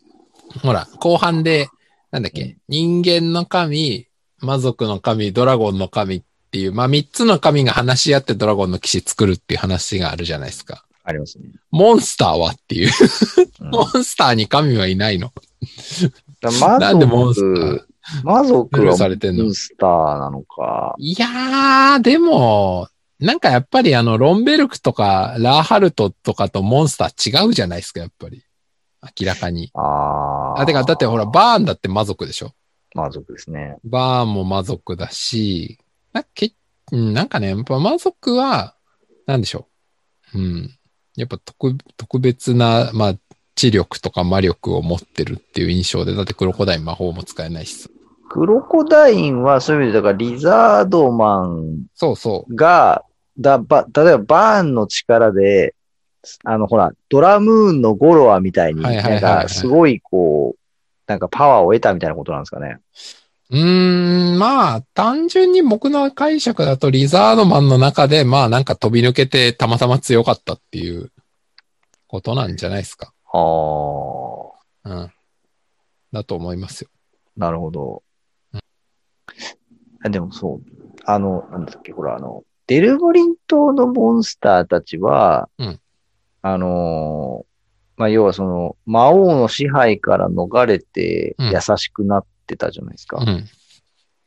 ほら、後半で、なんだっけ、うん人間の神、魔族の神、ドラゴンの神っていう、まあ3つの神が話し合ってドラゴンの騎士作るっていう話があるじゃないですか。ありますね。モンスターはっていう。うんモンスターに神はいないの。だからなんでモン魔スター族、魔族ルーはルされてんのモンスターなのか。いやー、でも、なんかやっぱりあの、ロンベルクとか、ラーハルトとかとモンスター違うじゃないですか、やっぱり。明らかに。あーあ、てか、だってほら、バーンだって魔族でしょ。魔族ですね。バーンも魔族だし、なんかけうんなんかね、やっぱ魔族は、なんでしょう。うん。やっぱ特、特別な、まあ、知力とか魔力を持ってるっていう印象で、だってクロコダイン魔法も使えないしさ。クロコダインはそういう意味で、だからリザードマンそうそう。が、だば例えばバーンの力で、あの、ほら、ドラムーンのゴロアみたいに、はいはいはいなはんいか、すごい、こう、なんかパワーを得たみたいなことなんですかね。うーん、まあ、単純に僕の解釈だとリザードマンの中で、まあなんか飛び抜けてたまたま強かったっていうことなんじゃないですか。あー、うん。だと思いますよ。なるほど。あでもそう。あの、なんだっけ、ほら、あの、デルブリン島のモンスターたちは、うんあのーまあ、要はその、魔王の支配から逃れてうん優しくなってたじゃないですか。うっん。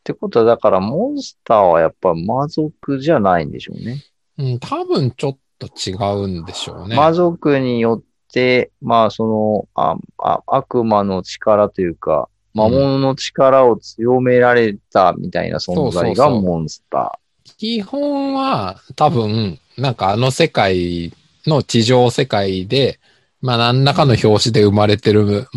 てことは、だからモンスターはやっぱ魔族じゃないんでしょうね。うん、多分ちょっと違うんでしょうね。魔族によって、まあそのああ、悪魔の力というか、魔物の力を強められたみたいなそ存在がうそうそうモンスタ基本は多分、なんかあの世界の地上世界で、まあ何らかの表紙で生まれてる、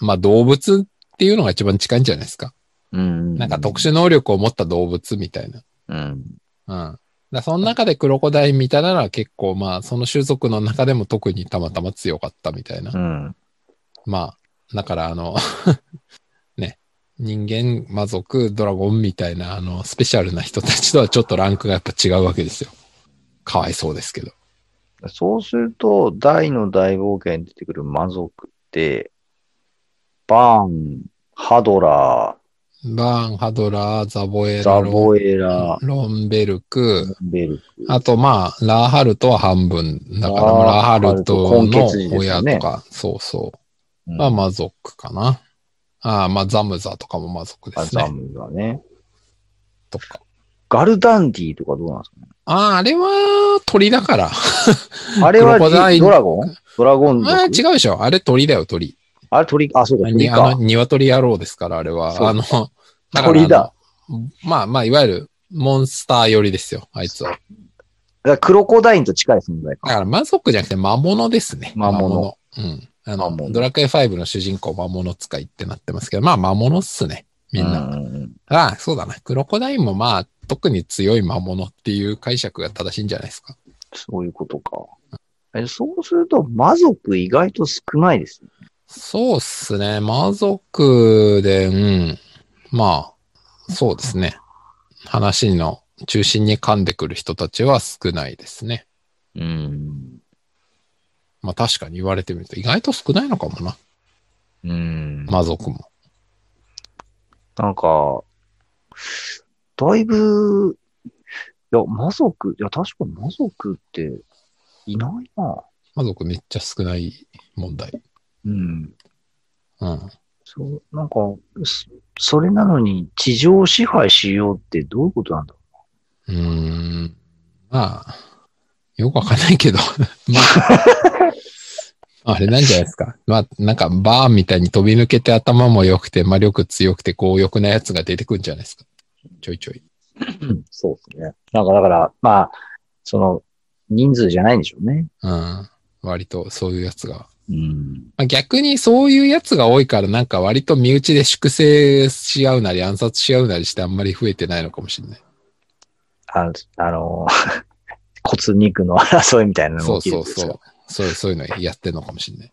まあ動物っていうのが一番近いんじゃないですか。ー。うん。なんか特殊能力を持った動物みたいな。うん。うん。だその中でクロコダイル見たなら結構まあその種族の中でも特にたまたま強かったみたいなう。ん。まあ、だからあの、 ね、人間、魔族、ドラゴンみたいなあのスペシャルな人たちとはちょっとランクがやっぱ違うわけですよ。かわいそうですけど。そうすると、大の大冒険に出てくる魔族って、バーン、ハドラバーン、ハドラー、ザボエー、ラ、ザボエラー、ロンロンベルク、ベルク。あとまあ、ラーハルトは半分。だからまあラーハルトラーハルト根血児ですのよ親ねとか、そうそう。うんまあ、魔族かな。ああ、まあ、ザムザとかも魔族ですザね。ムがね。とか。ガルダンディとかどうなんですかねああ、あれは鳥だから。あれはクロコダイルドラゴンドラゴン族ああ、違うでしょ。あれ鳥だよ、鳥。あれ鳥、あ、そうか、鳥にあかの、。鶏野郎ですから、あれは。そう あの、から鳥だ。あのまあまあ、いわゆるモンスター寄りですよ、あいつは。だからクロコダインと近い存在だか。から魔族じゃなくて魔物ですね。魔物うん。あ魔の、物ドラクエ5の主人公魔物使いってなってますけど、まあ魔物っすね。みんな。うんうんうんああ、そうだな。クロコダインもまあ、特に強い魔物っていう解釈が正しいんじゃないですか。そういうことか。えそうすると、魔族意外と少ないですね。そうっすね。魔族で、うん。まあ、そうですね。話の中心に噛んでくる人たちは少ないですね。うん。まあ確かに言われてみると意外と少ないのかもな。うん。魔族も。なんか、だいぶ、いや、魔族、いや、確かに魔族っていないな。魔族めっちゃ少ない問題。うん。うん。そう、なんか、そそれなのに地上を支配しようってどういうことなんだろうーん。まあ、よくわかんないけど。 まあ、あれなんじゃないですか。まあ、なんかバーンみたいに飛び抜けて頭も良くて、魔力強くて強欲なやつが出てくるんじゃないですか。ちょいちょい。う。そうですね。なんか、だから、まあ、その、人数じゃないんでしょうね。うん。割とそういうやつが。うん。まあ、逆にそういうやつが多いからなんか割と身内で粛清し合うなり暗殺し合うなりしてあんまり増えてないのかもしれない。ああの、 骨肉の争いみたいなのそがう起きそるんうですかそう。そういう、そういうのやってんのかもしれない。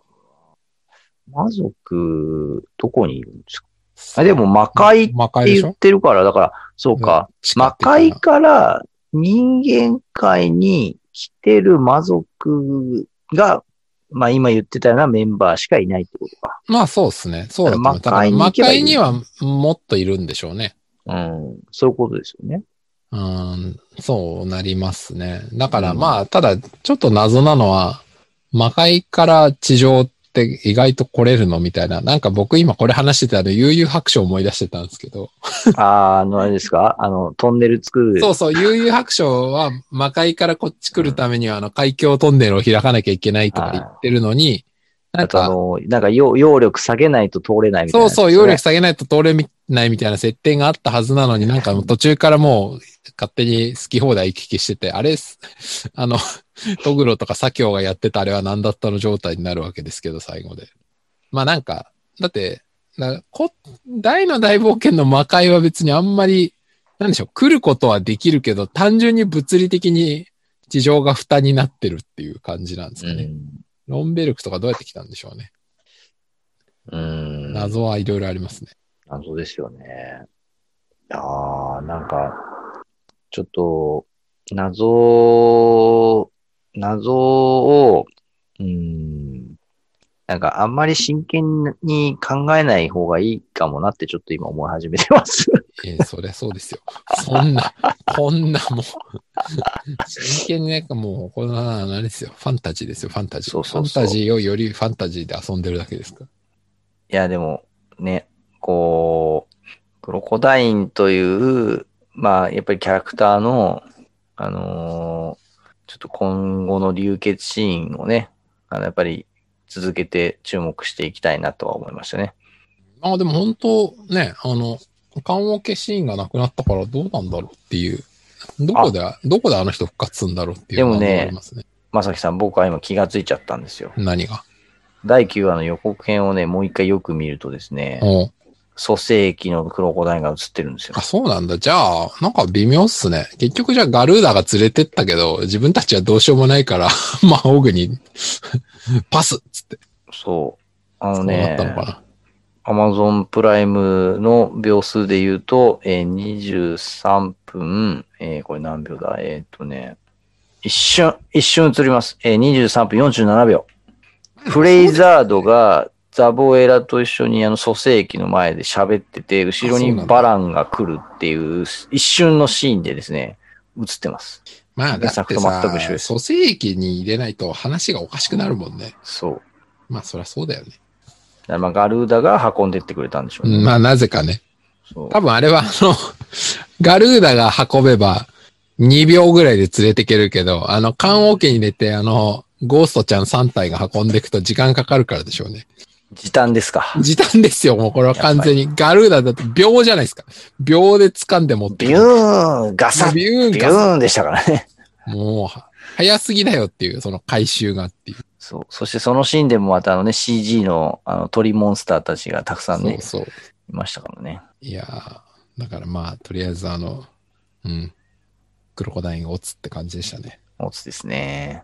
魔族、どこにいるんですかあでも魔界っ魔界てでし言っょてるから、だから、そうか、魔界から人間界に来てる魔族が、まあ今言ってたようなメンバーしかいないってことか。まあそうですね。そうだと思う。魔だから界に魔行けばいい界にはもっといるんでしょうね。うん。そういうことですよね。うん、そうなりますね。だからうんまあ、ただちょっと謎なのは、魔界から地上って意外と来れるのみたいな。なんか僕今これ話してたの、悠々白書思い出してたんですけど。あーあの、あれですかあの、トンネル作る。そうそう、悠々白書は魔界からこっち来るためには、あの、海峡トンネルを開かなきゃいけないとか言ってるのに、なんあとあか、の、なんかよ揚力下げないと通れないみたいな、そうそう、揚力。下げないと通れないみたいな設定があったはずなのに、なんかもう途中からもう勝手に好き放題行き来してて、 あれ、すあの、トグロとか左京がやってたあれは何だったの状態になるわけですけど、最後で。まあなんか、だって、なこ大の大冒険の魔界は別にあんまり、なんでしょう、来ることはできるけど、単純に物理的に地上が蓋になってるっていう感じなんですうかね。ん。ロンベルクとかどうやって来たんでしょうね。うん。謎はいろいろありますね。謎ですよね。いやーなんか、ちょっと、謎、謎を、うーん、なんかあんまり真剣に考えない方がいいかもなってちょっと今思い始めてます。えーそりゃそうですよ。そんな、こんなもう、真剣になんかもう、こんな、あれですよ。ファンタジーですよ、ファンタジー。そうそうファそうンタジーをよりファンタジーで遊んでるだけですか。いや、でも、ね、こう、クロコダインという、まあ、やっぱりキャラクターの、あのーちょっと今後の流血シーンをね、あの、やっぱり続けて注目していきたいなとは思いましたね。まあでも本当ね、あの、缶オケシーンがなくなったからどうなんだろうっていう。どこで、どこであの人復活するんだろうっていうでもね感じがありますね。まさきさん、僕は今気がついちゃったんですよ。何が。第9話の予告編をね、もう一回よく見るとですね、おう蘇生期のクロコダインが映ってるんですよあ、。そうなんだ。じゃあ、なんか微妙っすね。結局じゃあガルーダが連れてったけど、自分たちはどうしようもないから、 まあ、オグに、パスっつって、そう。あそのうなねった、のかな。アマゾンプライムの秒数で言うと、えー23分、えーこれ何秒だえーっとね、一瞬、一瞬映ります。えー23分47秒。フレイザードがザボエラと一緒にあの蘇生機の前で喋ってて、後ろあそにうなんだバランが来るっていう一瞬のシーンでですね、映ってます。まあ、だって原作と全く一緒さ、です蘇生液に入れないと話がおかしくなるもんね。そう。まあ、そりゃそうだよね。だからまあガルーダが運んでってくれたんでしょうね。まあ、なぜかね。そう多分あれは、あの、 ガルーダが運べば、2秒ぐらいで連れてけるけど、あの、缶オケに入れて、あの、ゴーストちゃん3体が運んでいくと時間かかるからでしょうね。時短ですか。時短ですよ、もうこれは完全に。ガルーダだと秒じゃないですか。秒で掴んで持ってビくるューンガサッビューンビュガサーンでしたからね。ッもう、早すぎだよっていう、その回収がっていう。そう。そしてそのシーンでもまたあのね、CG のあの鳥モンスターたちがたくさんそうね、そう。いましたからね。いやー、だからまあ、とりあえずあの、うん、クロコダインを打つって感じでしたね。モツですね。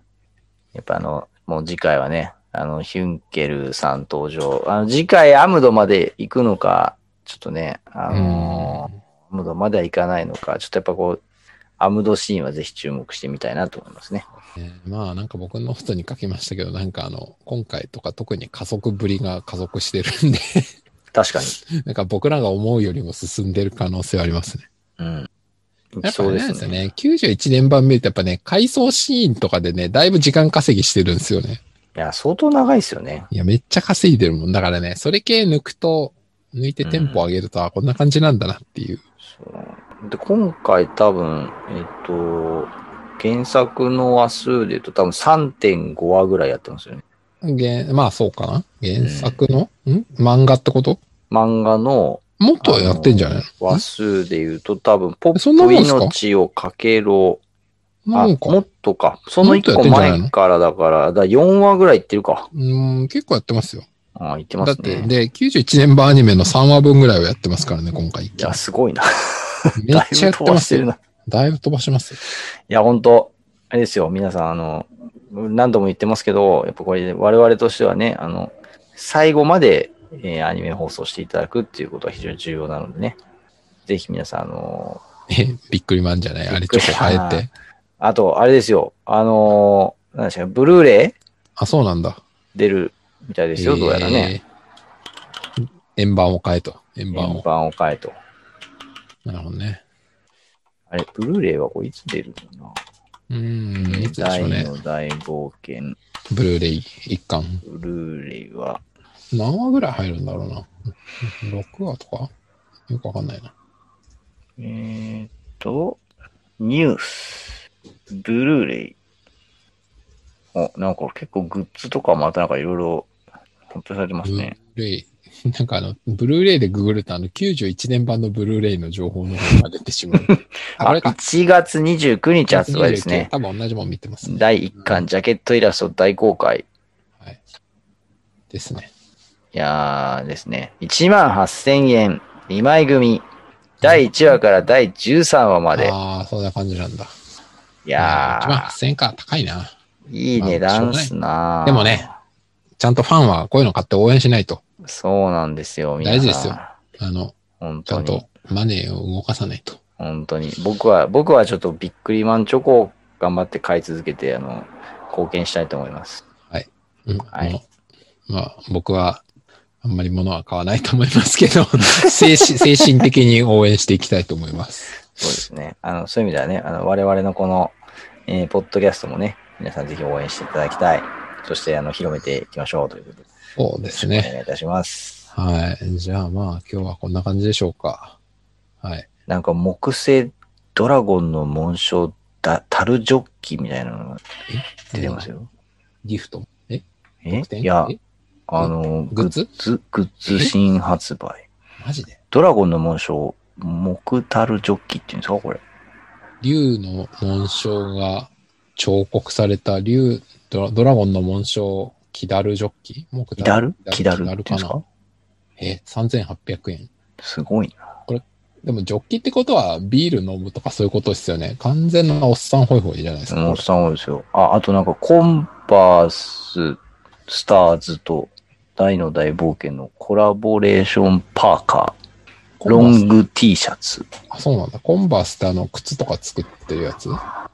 やっぱあの、もう次回はね、あの、ヒュンケルさん登場。あの、次回アムドまで行くのか、ちょっとね、あのーアムドまでは行かないのか、ちょっとやっぱこう、アムドシーンはぜひ注目してみたいなと思いますね。ねまあなんか僕のノートに書きましたけど、なんかあの、今回とか特に加速ぶりが加速してるんで、 確かに。なんか僕らが思うよりも進んでる可能性はありますね。うん。や行きっぱそうねであれですすね。ね、91年版見るとやっぱね、回想シーンとかでね、だいぶ時間稼ぎしてるんですよね。いや、相当長いですよね。いや、めっちゃ稼いでるもん。だからね、それ系抜くと、抜いてテンポ上げると、あ、こんな感じなんだなっていう。そうで、今回多分、えっと、原作の話数で言うと多分3.5話ぐらいやってますよね。原まあそうかな。原作の、ん漫画ってこと漫画のもっとやってんじゃないあの話数で言うと多分、ポそんなッもプんすか命をかけろ、のなあ、んもかっ、とか。その1個前からだから、だから4話ぐらいいってるか。うん、結構やってますよ。ああ、いってまだっすて、ね。で、91年版アニメの3話分ぐらいをやってますからね、今回。いや、すごいな。めっだいぶちゃやって飛ばましてするよ。な。いだいぶ飛ばしますよ。や、ほんと、あれですよ、皆さん、あの、何度も言ってますけど、やっぱこれ、我々としてはね、あの、最後まで、えーアニメ放送していただくっていうことは非常に重要なのでね、ぜひ皆さん、あのえ、びっくりマンじゃないあれびチっくりョコ生えて。あと、あれですよ、あのー、何でしたっけブルーレイあ、そうなんだ。出るみたいですよ、どうやらね。えー。円盤を変えと。円盤円を。盤を変えと。なるほどね。あれ、ブルーレイはこれいつ出るのかうな、ーん、いつでしょう大ね。の大冒険、ブルーレイ一巻。ブルーレイは、何話ぐらい入るんだろうな。6話とかよくわかんないな。えーっと、ニュース、ブルーレイ。お、なんか結構グッズとかまたなんかいろいろ発表されてまブすルーね。レイ。 なんかあの、ブルーレイでググるとあの、91年版のブルーレイの情報の方が出てし まう。あ、これか。 1月29日発売ですね。多分同じもん見てますね。第1巻ジャケットイラスト大公開。はい。ですね。いやーですね。1万8000円、2枚組。第1話から第13話まで。ああ、そんな感じなんだ。いい1万や8000円か、高いな。ー、いい値段っすなーでもね。ちゃんとファンはこういうの買って応援しないと。そうなんですよ、皆さ大ん事ですよ。あの、本ちゃ当んに。とマネーを動かさないと。う本当に。僕は、僕はちょっとビックリマンチョコを頑張って買い続けて、あの、貢献したいと思います。うんはいまあ、僕は、あんまり物は買わないと思いますけど、 精神、精神的に応援していきたいと思います。そうですね。あの、そういう意味ではね、あの、我々のこの、えーポッドキャストもね、皆さんぜひ応援していただきたい。そして、あの、広めていきましょうということで、そうですおね。願いいたします。はい。じゃあまあ、今日はこんな感じでしょうか。はい。なんか、木製ドラゴンの紋章、だ樽ジョッキみたいなのが出てますよ。ギフト。ええ特典いやえ、あの、グッズズ、グッズ新発売。マジでドラゴンの紋章、木樽ジョッキっていうんですかこれ。竜の紋章が彫刻された竜、ドラドラゴンの紋章、キダルジョッキもうキダルキキダダルルっていうんですかえ、3800円。すごいな。でもジョッキってことはビール飲むとかそういうことですよね。完全なおっさんホイホイじゃないですか。おっさん多いですよ。あ、あとなんか、コンバース、スターズと、大の大冒険のコラボレーションパーカー、コロンバースング T シャツ。あ、そうなんだ。コンバースってあの靴とか作ってるやつか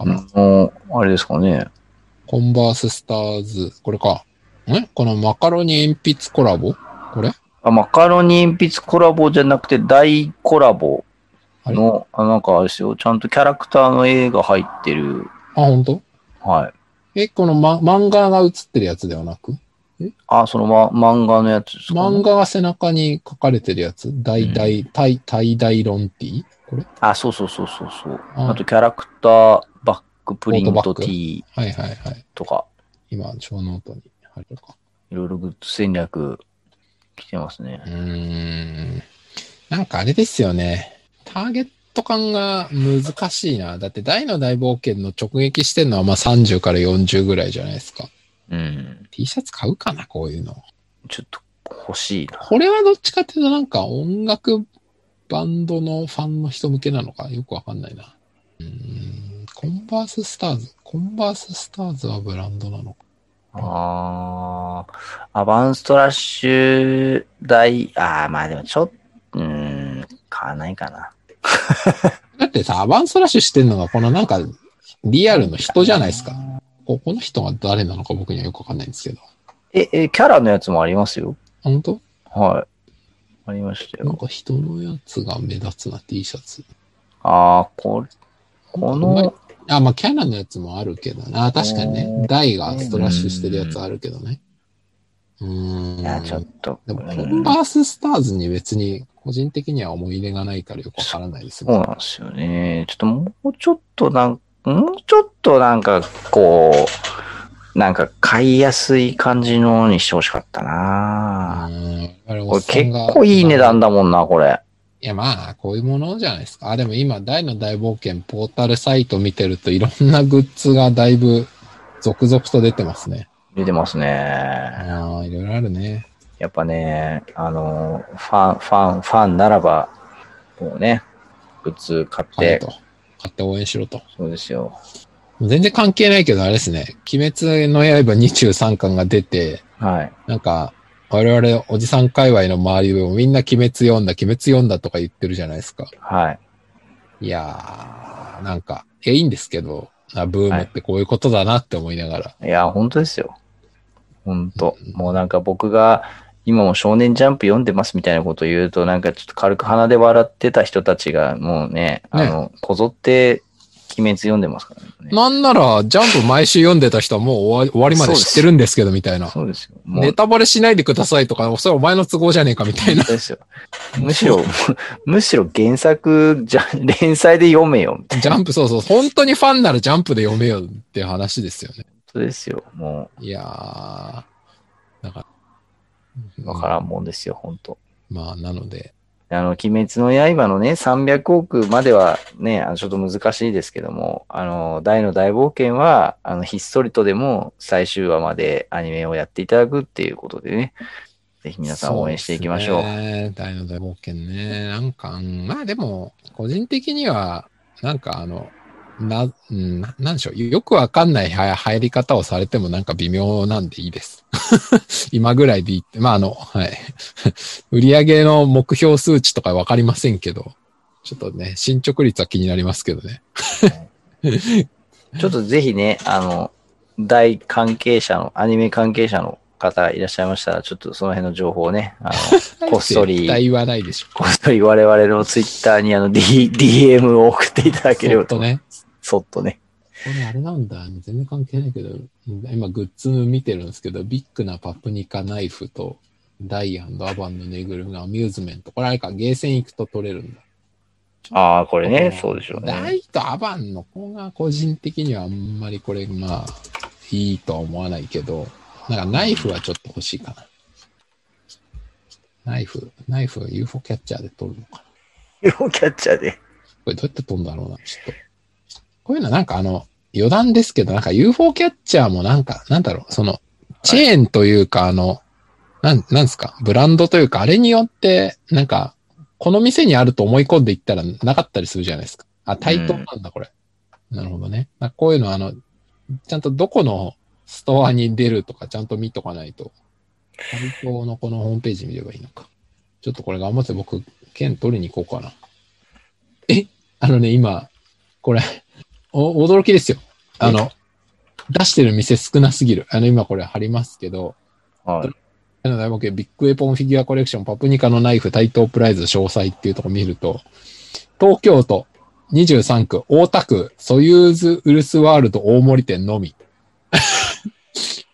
な。の、あれですかね。コンバーススターズ。これか。えこのマカロニ鉛筆コラボこれあ、マカロニ鉛筆コラボじゃなくて、大コラボの、あなんかあれですよ、ちゃんとキャラクターの絵が入ってる。あ、本当？はい。え、この、ま、漫画が映ってるやつではなくあ、その、ま、漫画のやつですか、ね、漫画が背中に書かれてるやつ大大、大、大大論ティーこれあ、そうそうそうそうそう。うんあと、キャラクターバックプリンオートトバック T はいはいはい。とか。今、小ノートに貼るか。いろいろグッズ戦略来てますねう。ーん。なんかあれですよね。ターゲット感が難しいな。だって大の大冒険の直撃してんのはまあ30から40ぐらいじゃないですか。うん。 T シャツ買うかな、こういうの。ちょっと欲しいな。これはどっちかっていうとなんか音楽バンドのファンの人向けなのかよくわかんないな。うーん。コンバーススターズ。コンバーススターズはブランドなのか。ああ。アバンストラッシュ大、ああ、まあでもちょっと、うーん、買わないかな。だってさ、アバンストラッシュしてんのがこのなんかリアルの人じゃないですか。ここの人が誰なのか僕にはよくわかんないんですけど。え、え、キャラのやつもありますよ。本当はい。ありましたなんよ。か人のやつが目立つな T シャツ。ああ、これ、この、あ、まあキャラのやつもあるけどね。あ、確かにうね。台がストラッシュしてるやつあるけどね。ういや、ちーょっん。と、でもうんコンバーススターズに別に個人的には思い入れがないからよくわからないですそうね。なんですよね。ちょっともうちょっとなん、もうちょっとなんか、こう、なんか買いやすい感じのにしてほしかったうなーんあれおこっれさん結が構いい値段だもんな、これ。いや、まあ、こういうものじゃないですか。あ、でも今、大の大冒険ポータルサイト見てると、いろんなグッズがだいぶ続々と出てますね。出てますね。ああ、いろいろあるね。やっぱね、あの、ファン、ファン、ファンならば、もうね、グッズ買っ買えて、と。買って応援しろと。そうですよ。全然関係ないけど、あれですね。鬼滅の刃23巻が出て、はい。なんか、我々おじさん界隈の周りでもみんな鬼滅読んだ、鬼滅読んだとか言ってるじゃないですか。はい。いやー、なんか、いやいいんですけど、あブームってこういうことだなって思いながら。いや、本当ですよ。本当。もうなんか僕が、今も少年ジャンプ読んでますみたいなことを言うと、なんかちょっと軽く鼻で笑ってた人たちが、もうね、あの、こぞって、鬼滅読んでますからね。なんなら、ジャンプ毎週読んでた人はもう終わ終わりまで知ってるんですけど、みたいな。そうですよ。もう、ネタバレしないでくださいとか、それお前の都合じゃねえか、みたい本な。当ですよ。むしろ、 むしろ原作、じゃ、連載で読めよ、みたいな。ジャンプ、そうそう。本当にファンならジャンプで読めよっていう話ですよね。ことですよ。もいやー、だから。う、わからんもんですよ、本当まあ、なので、あの、鬼滅の刃のね、300億まではね、あのちょっと難しいですけども、あの、大の大冒険は、あの、ひっそりとでも最終話までアニメをやっていただくっていうことでね、ぜひ皆さん応援していきましょう。そうですね大の大冒険ね。なんか、うんまあでも、個人的には、なんかあの、な、うんななんでしょう。よくわかんないは入り方をされてもなんか微妙なんでいいです。 今ぐらいでいい って。まああの、はい。売上の目標数値とかわかりませんけど、ちょっとね、進捗率は気になりますけどね。ちょっとぜひね、あの、大関係者の、アニメ関係者の方いらっしゃいましたら、ちょっとその辺の情報をね、あ の、こっそ絶り、対言わないでしょ。こっそり我々のツイッターにあの、D、DM を送っていただけれちょばっと。ね。そっとね。これあれなんだ。全然関係ないけど、今グッズ見てるんですけど、ビッグなパプニカナイフと、ダイアンアバンのぬいぐるみのアミューズメント。これあれか、ゲーセン行くと取れるんだ。ああ、これね、そうでしょうダね。イとアバンの子が個人的にはあんまりこれ、まあ、いいとは思わないけど、なんかナイフはちょっと欲しいかな。ナイフ、ナイフ UFO キャッチャーで取るのかな。色キャッチャーで。これどうやって飛んだろうな、ちょっと。こういうのなんかあの、余談ですけど、なんか UFO キャッチャーもなんか、なんだろう、その、チェーンというか、あの、なん、なんですか、ブランドというか、あれによって、なんか、この店にあると思い込んでいったらなかったりするじゃないですか。あ、対等なんだ、これ。なるほどね。なんかこういうの、あの、ちゃんとどこのストアに出るとか、ちゃんと見とかないと、対等のこのホームページ見ればいいのか。ちょっとこれ頑張って僕、券取りに行こうかな。あのね、今、これ、お驚きですよ。あの、出してる店少なすぎる。あの、今これ貼りますけど、はい。あの、大冒険ビッグウェポンフィギュアコレクションパプニカのナイフ対等プライズ詳細っていうとこ見ると、東京都23区、大田区、ソユーズウルスワールド大森店のみ。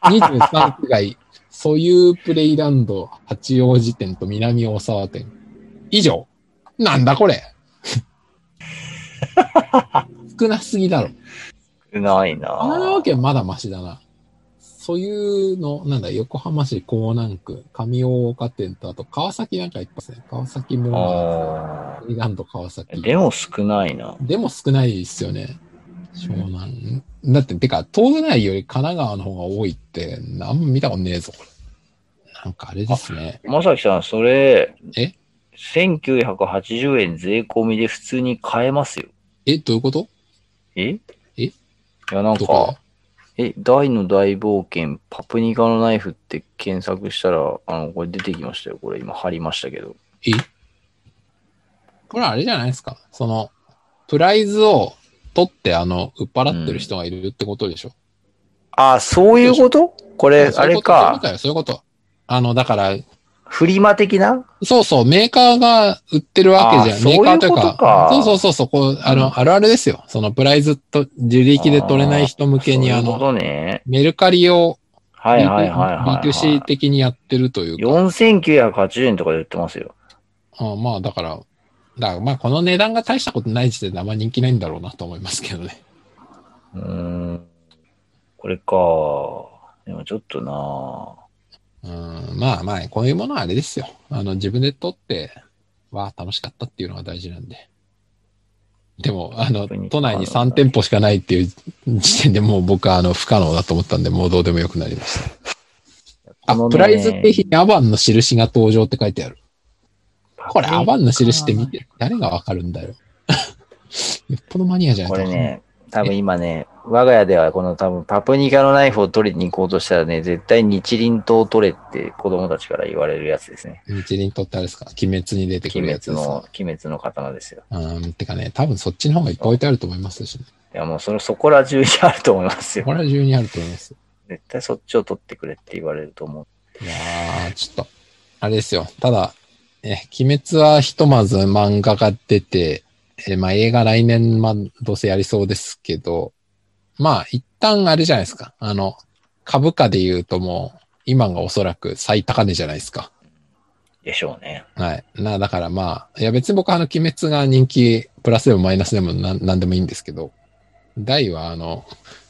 23区外、ソユープレイランド八王子店と南大沢店。以上。なんだこれ少なすぎだろ。ないな神奈川ぁ。県まだマシだな。そういうの、なんだ、横浜市港南区、上大岡店と、あと川崎なんかいっぱいですね。川崎も、あフリランド川崎ー。でも少ないな。でも少ないですよね。湘南。だって、てか、東南より神奈川の方が多いって、なんも見たことねえぞ、これ。なんかあれですね。まさきさん、それ、え ?1980 円税込みで普通に買えますよ。え、どういうことええいや、なんどこか、え、大の大冒険、パプニカのナイフって検索したら、あの、これ出てきましたよ。これ今貼りましたけど。えこれあれじゃないですか。その、プライズを取って、あの、売っ払ってる人がいるってことでしょ。あ、そういうことこれ、そあういうれことか、そういうことよそういうこと。あの、だから、フリマ的なそうそう、メーカーが売ってるわけじゃあん。ーメーカーというそういかうこ。とかそうそうそうそう、こう、あうんの、あるあるですよ。そのプライズと自力で取れない人向けに、そういあうこの、とね。メルカリをはいはいはいはい、はい。 B2C 的にやってるというか。 4980円とかで売ってますよ。あまあ、だから、だからまあ、この値段が大したことない時点であんま人気ないんだろうなと思いますけどね。うーん。これか。でもちょっとなうん、まあまあ、こういうものはあれですよ。あの、自分で撮って、わあ、楽しかったっていうのが大事なんで。でも、あの、都内に3店舗しかないっていう時点でもう僕はあの、不可能だと思ったんで、もうどうでもよくなりました。あ、このねプライズ景品にアバンの印が登場って書いてある。これ、アバンの印って見て、誰がわかるんだよ。 よっぽどマニアじゃないことれ。ね、多分今ね、我が家ではこの多分パプニカのナイフを取りに行こうとしたらね、絶対日輪刀取れって子供たちから言われるやつですね。日輪とってあれですか鬼滅に出てく鬼る滅やつですのか。、鬼滅の刀ですよ。うん、てかね、多分そっちの方がいっぱい置いてあると思いますしね。いやもうそれそこら中にあると思いますよこ。れは十にあると思います。絶対そっちを取ってくれって言われると思う。いやー、ちょっと、あれですよ。ただ、え、鬼滅はひとまず漫画が出て、え、まあ映画来年、まあどうせやりそうですけど、まあ一旦あれじゃないですか。あの、株価で言うともう、今がおそらく最高値じゃないですか。でしょうね。はい。な、だからまあ、いや別に僕はあの、鬼滅が人気、プラスでもマイナスでもなんなんでもいいんですけど、大はあの、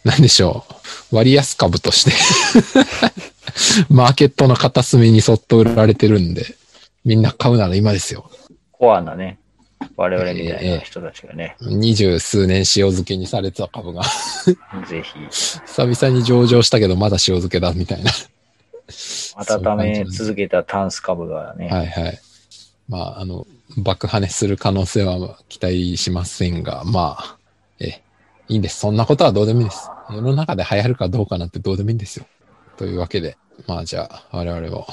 なんでしょう、割安株として、 マーケットの片隅にそっと売られてるんで、みんな買うなら今ですよ。コアなね、我々みたいな人たちがね、二十数年塩漬けにされてた株が、 ぜひ久々に上場したけどまだ塩漬けだみたいな。温め続けたタンス株がね、はいはい。まあ、あの、爆破ねする可能性は期待しませんが、まあ、え、いいんです。そんなことはどうでもいいです。世の中で流行るかどうかなんてどうでもいいんですよ。というわけで、まあじゃあ、我々も、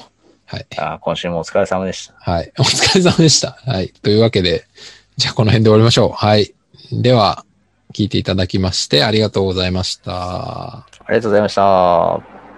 はい。あー今週もお疲れ様でした。はい。お疲れ様でした。はい。というわけで、じゃあこの辺で終わりましょう。はい。では、聞いていただきましてありがとうございました。ありがとうございました。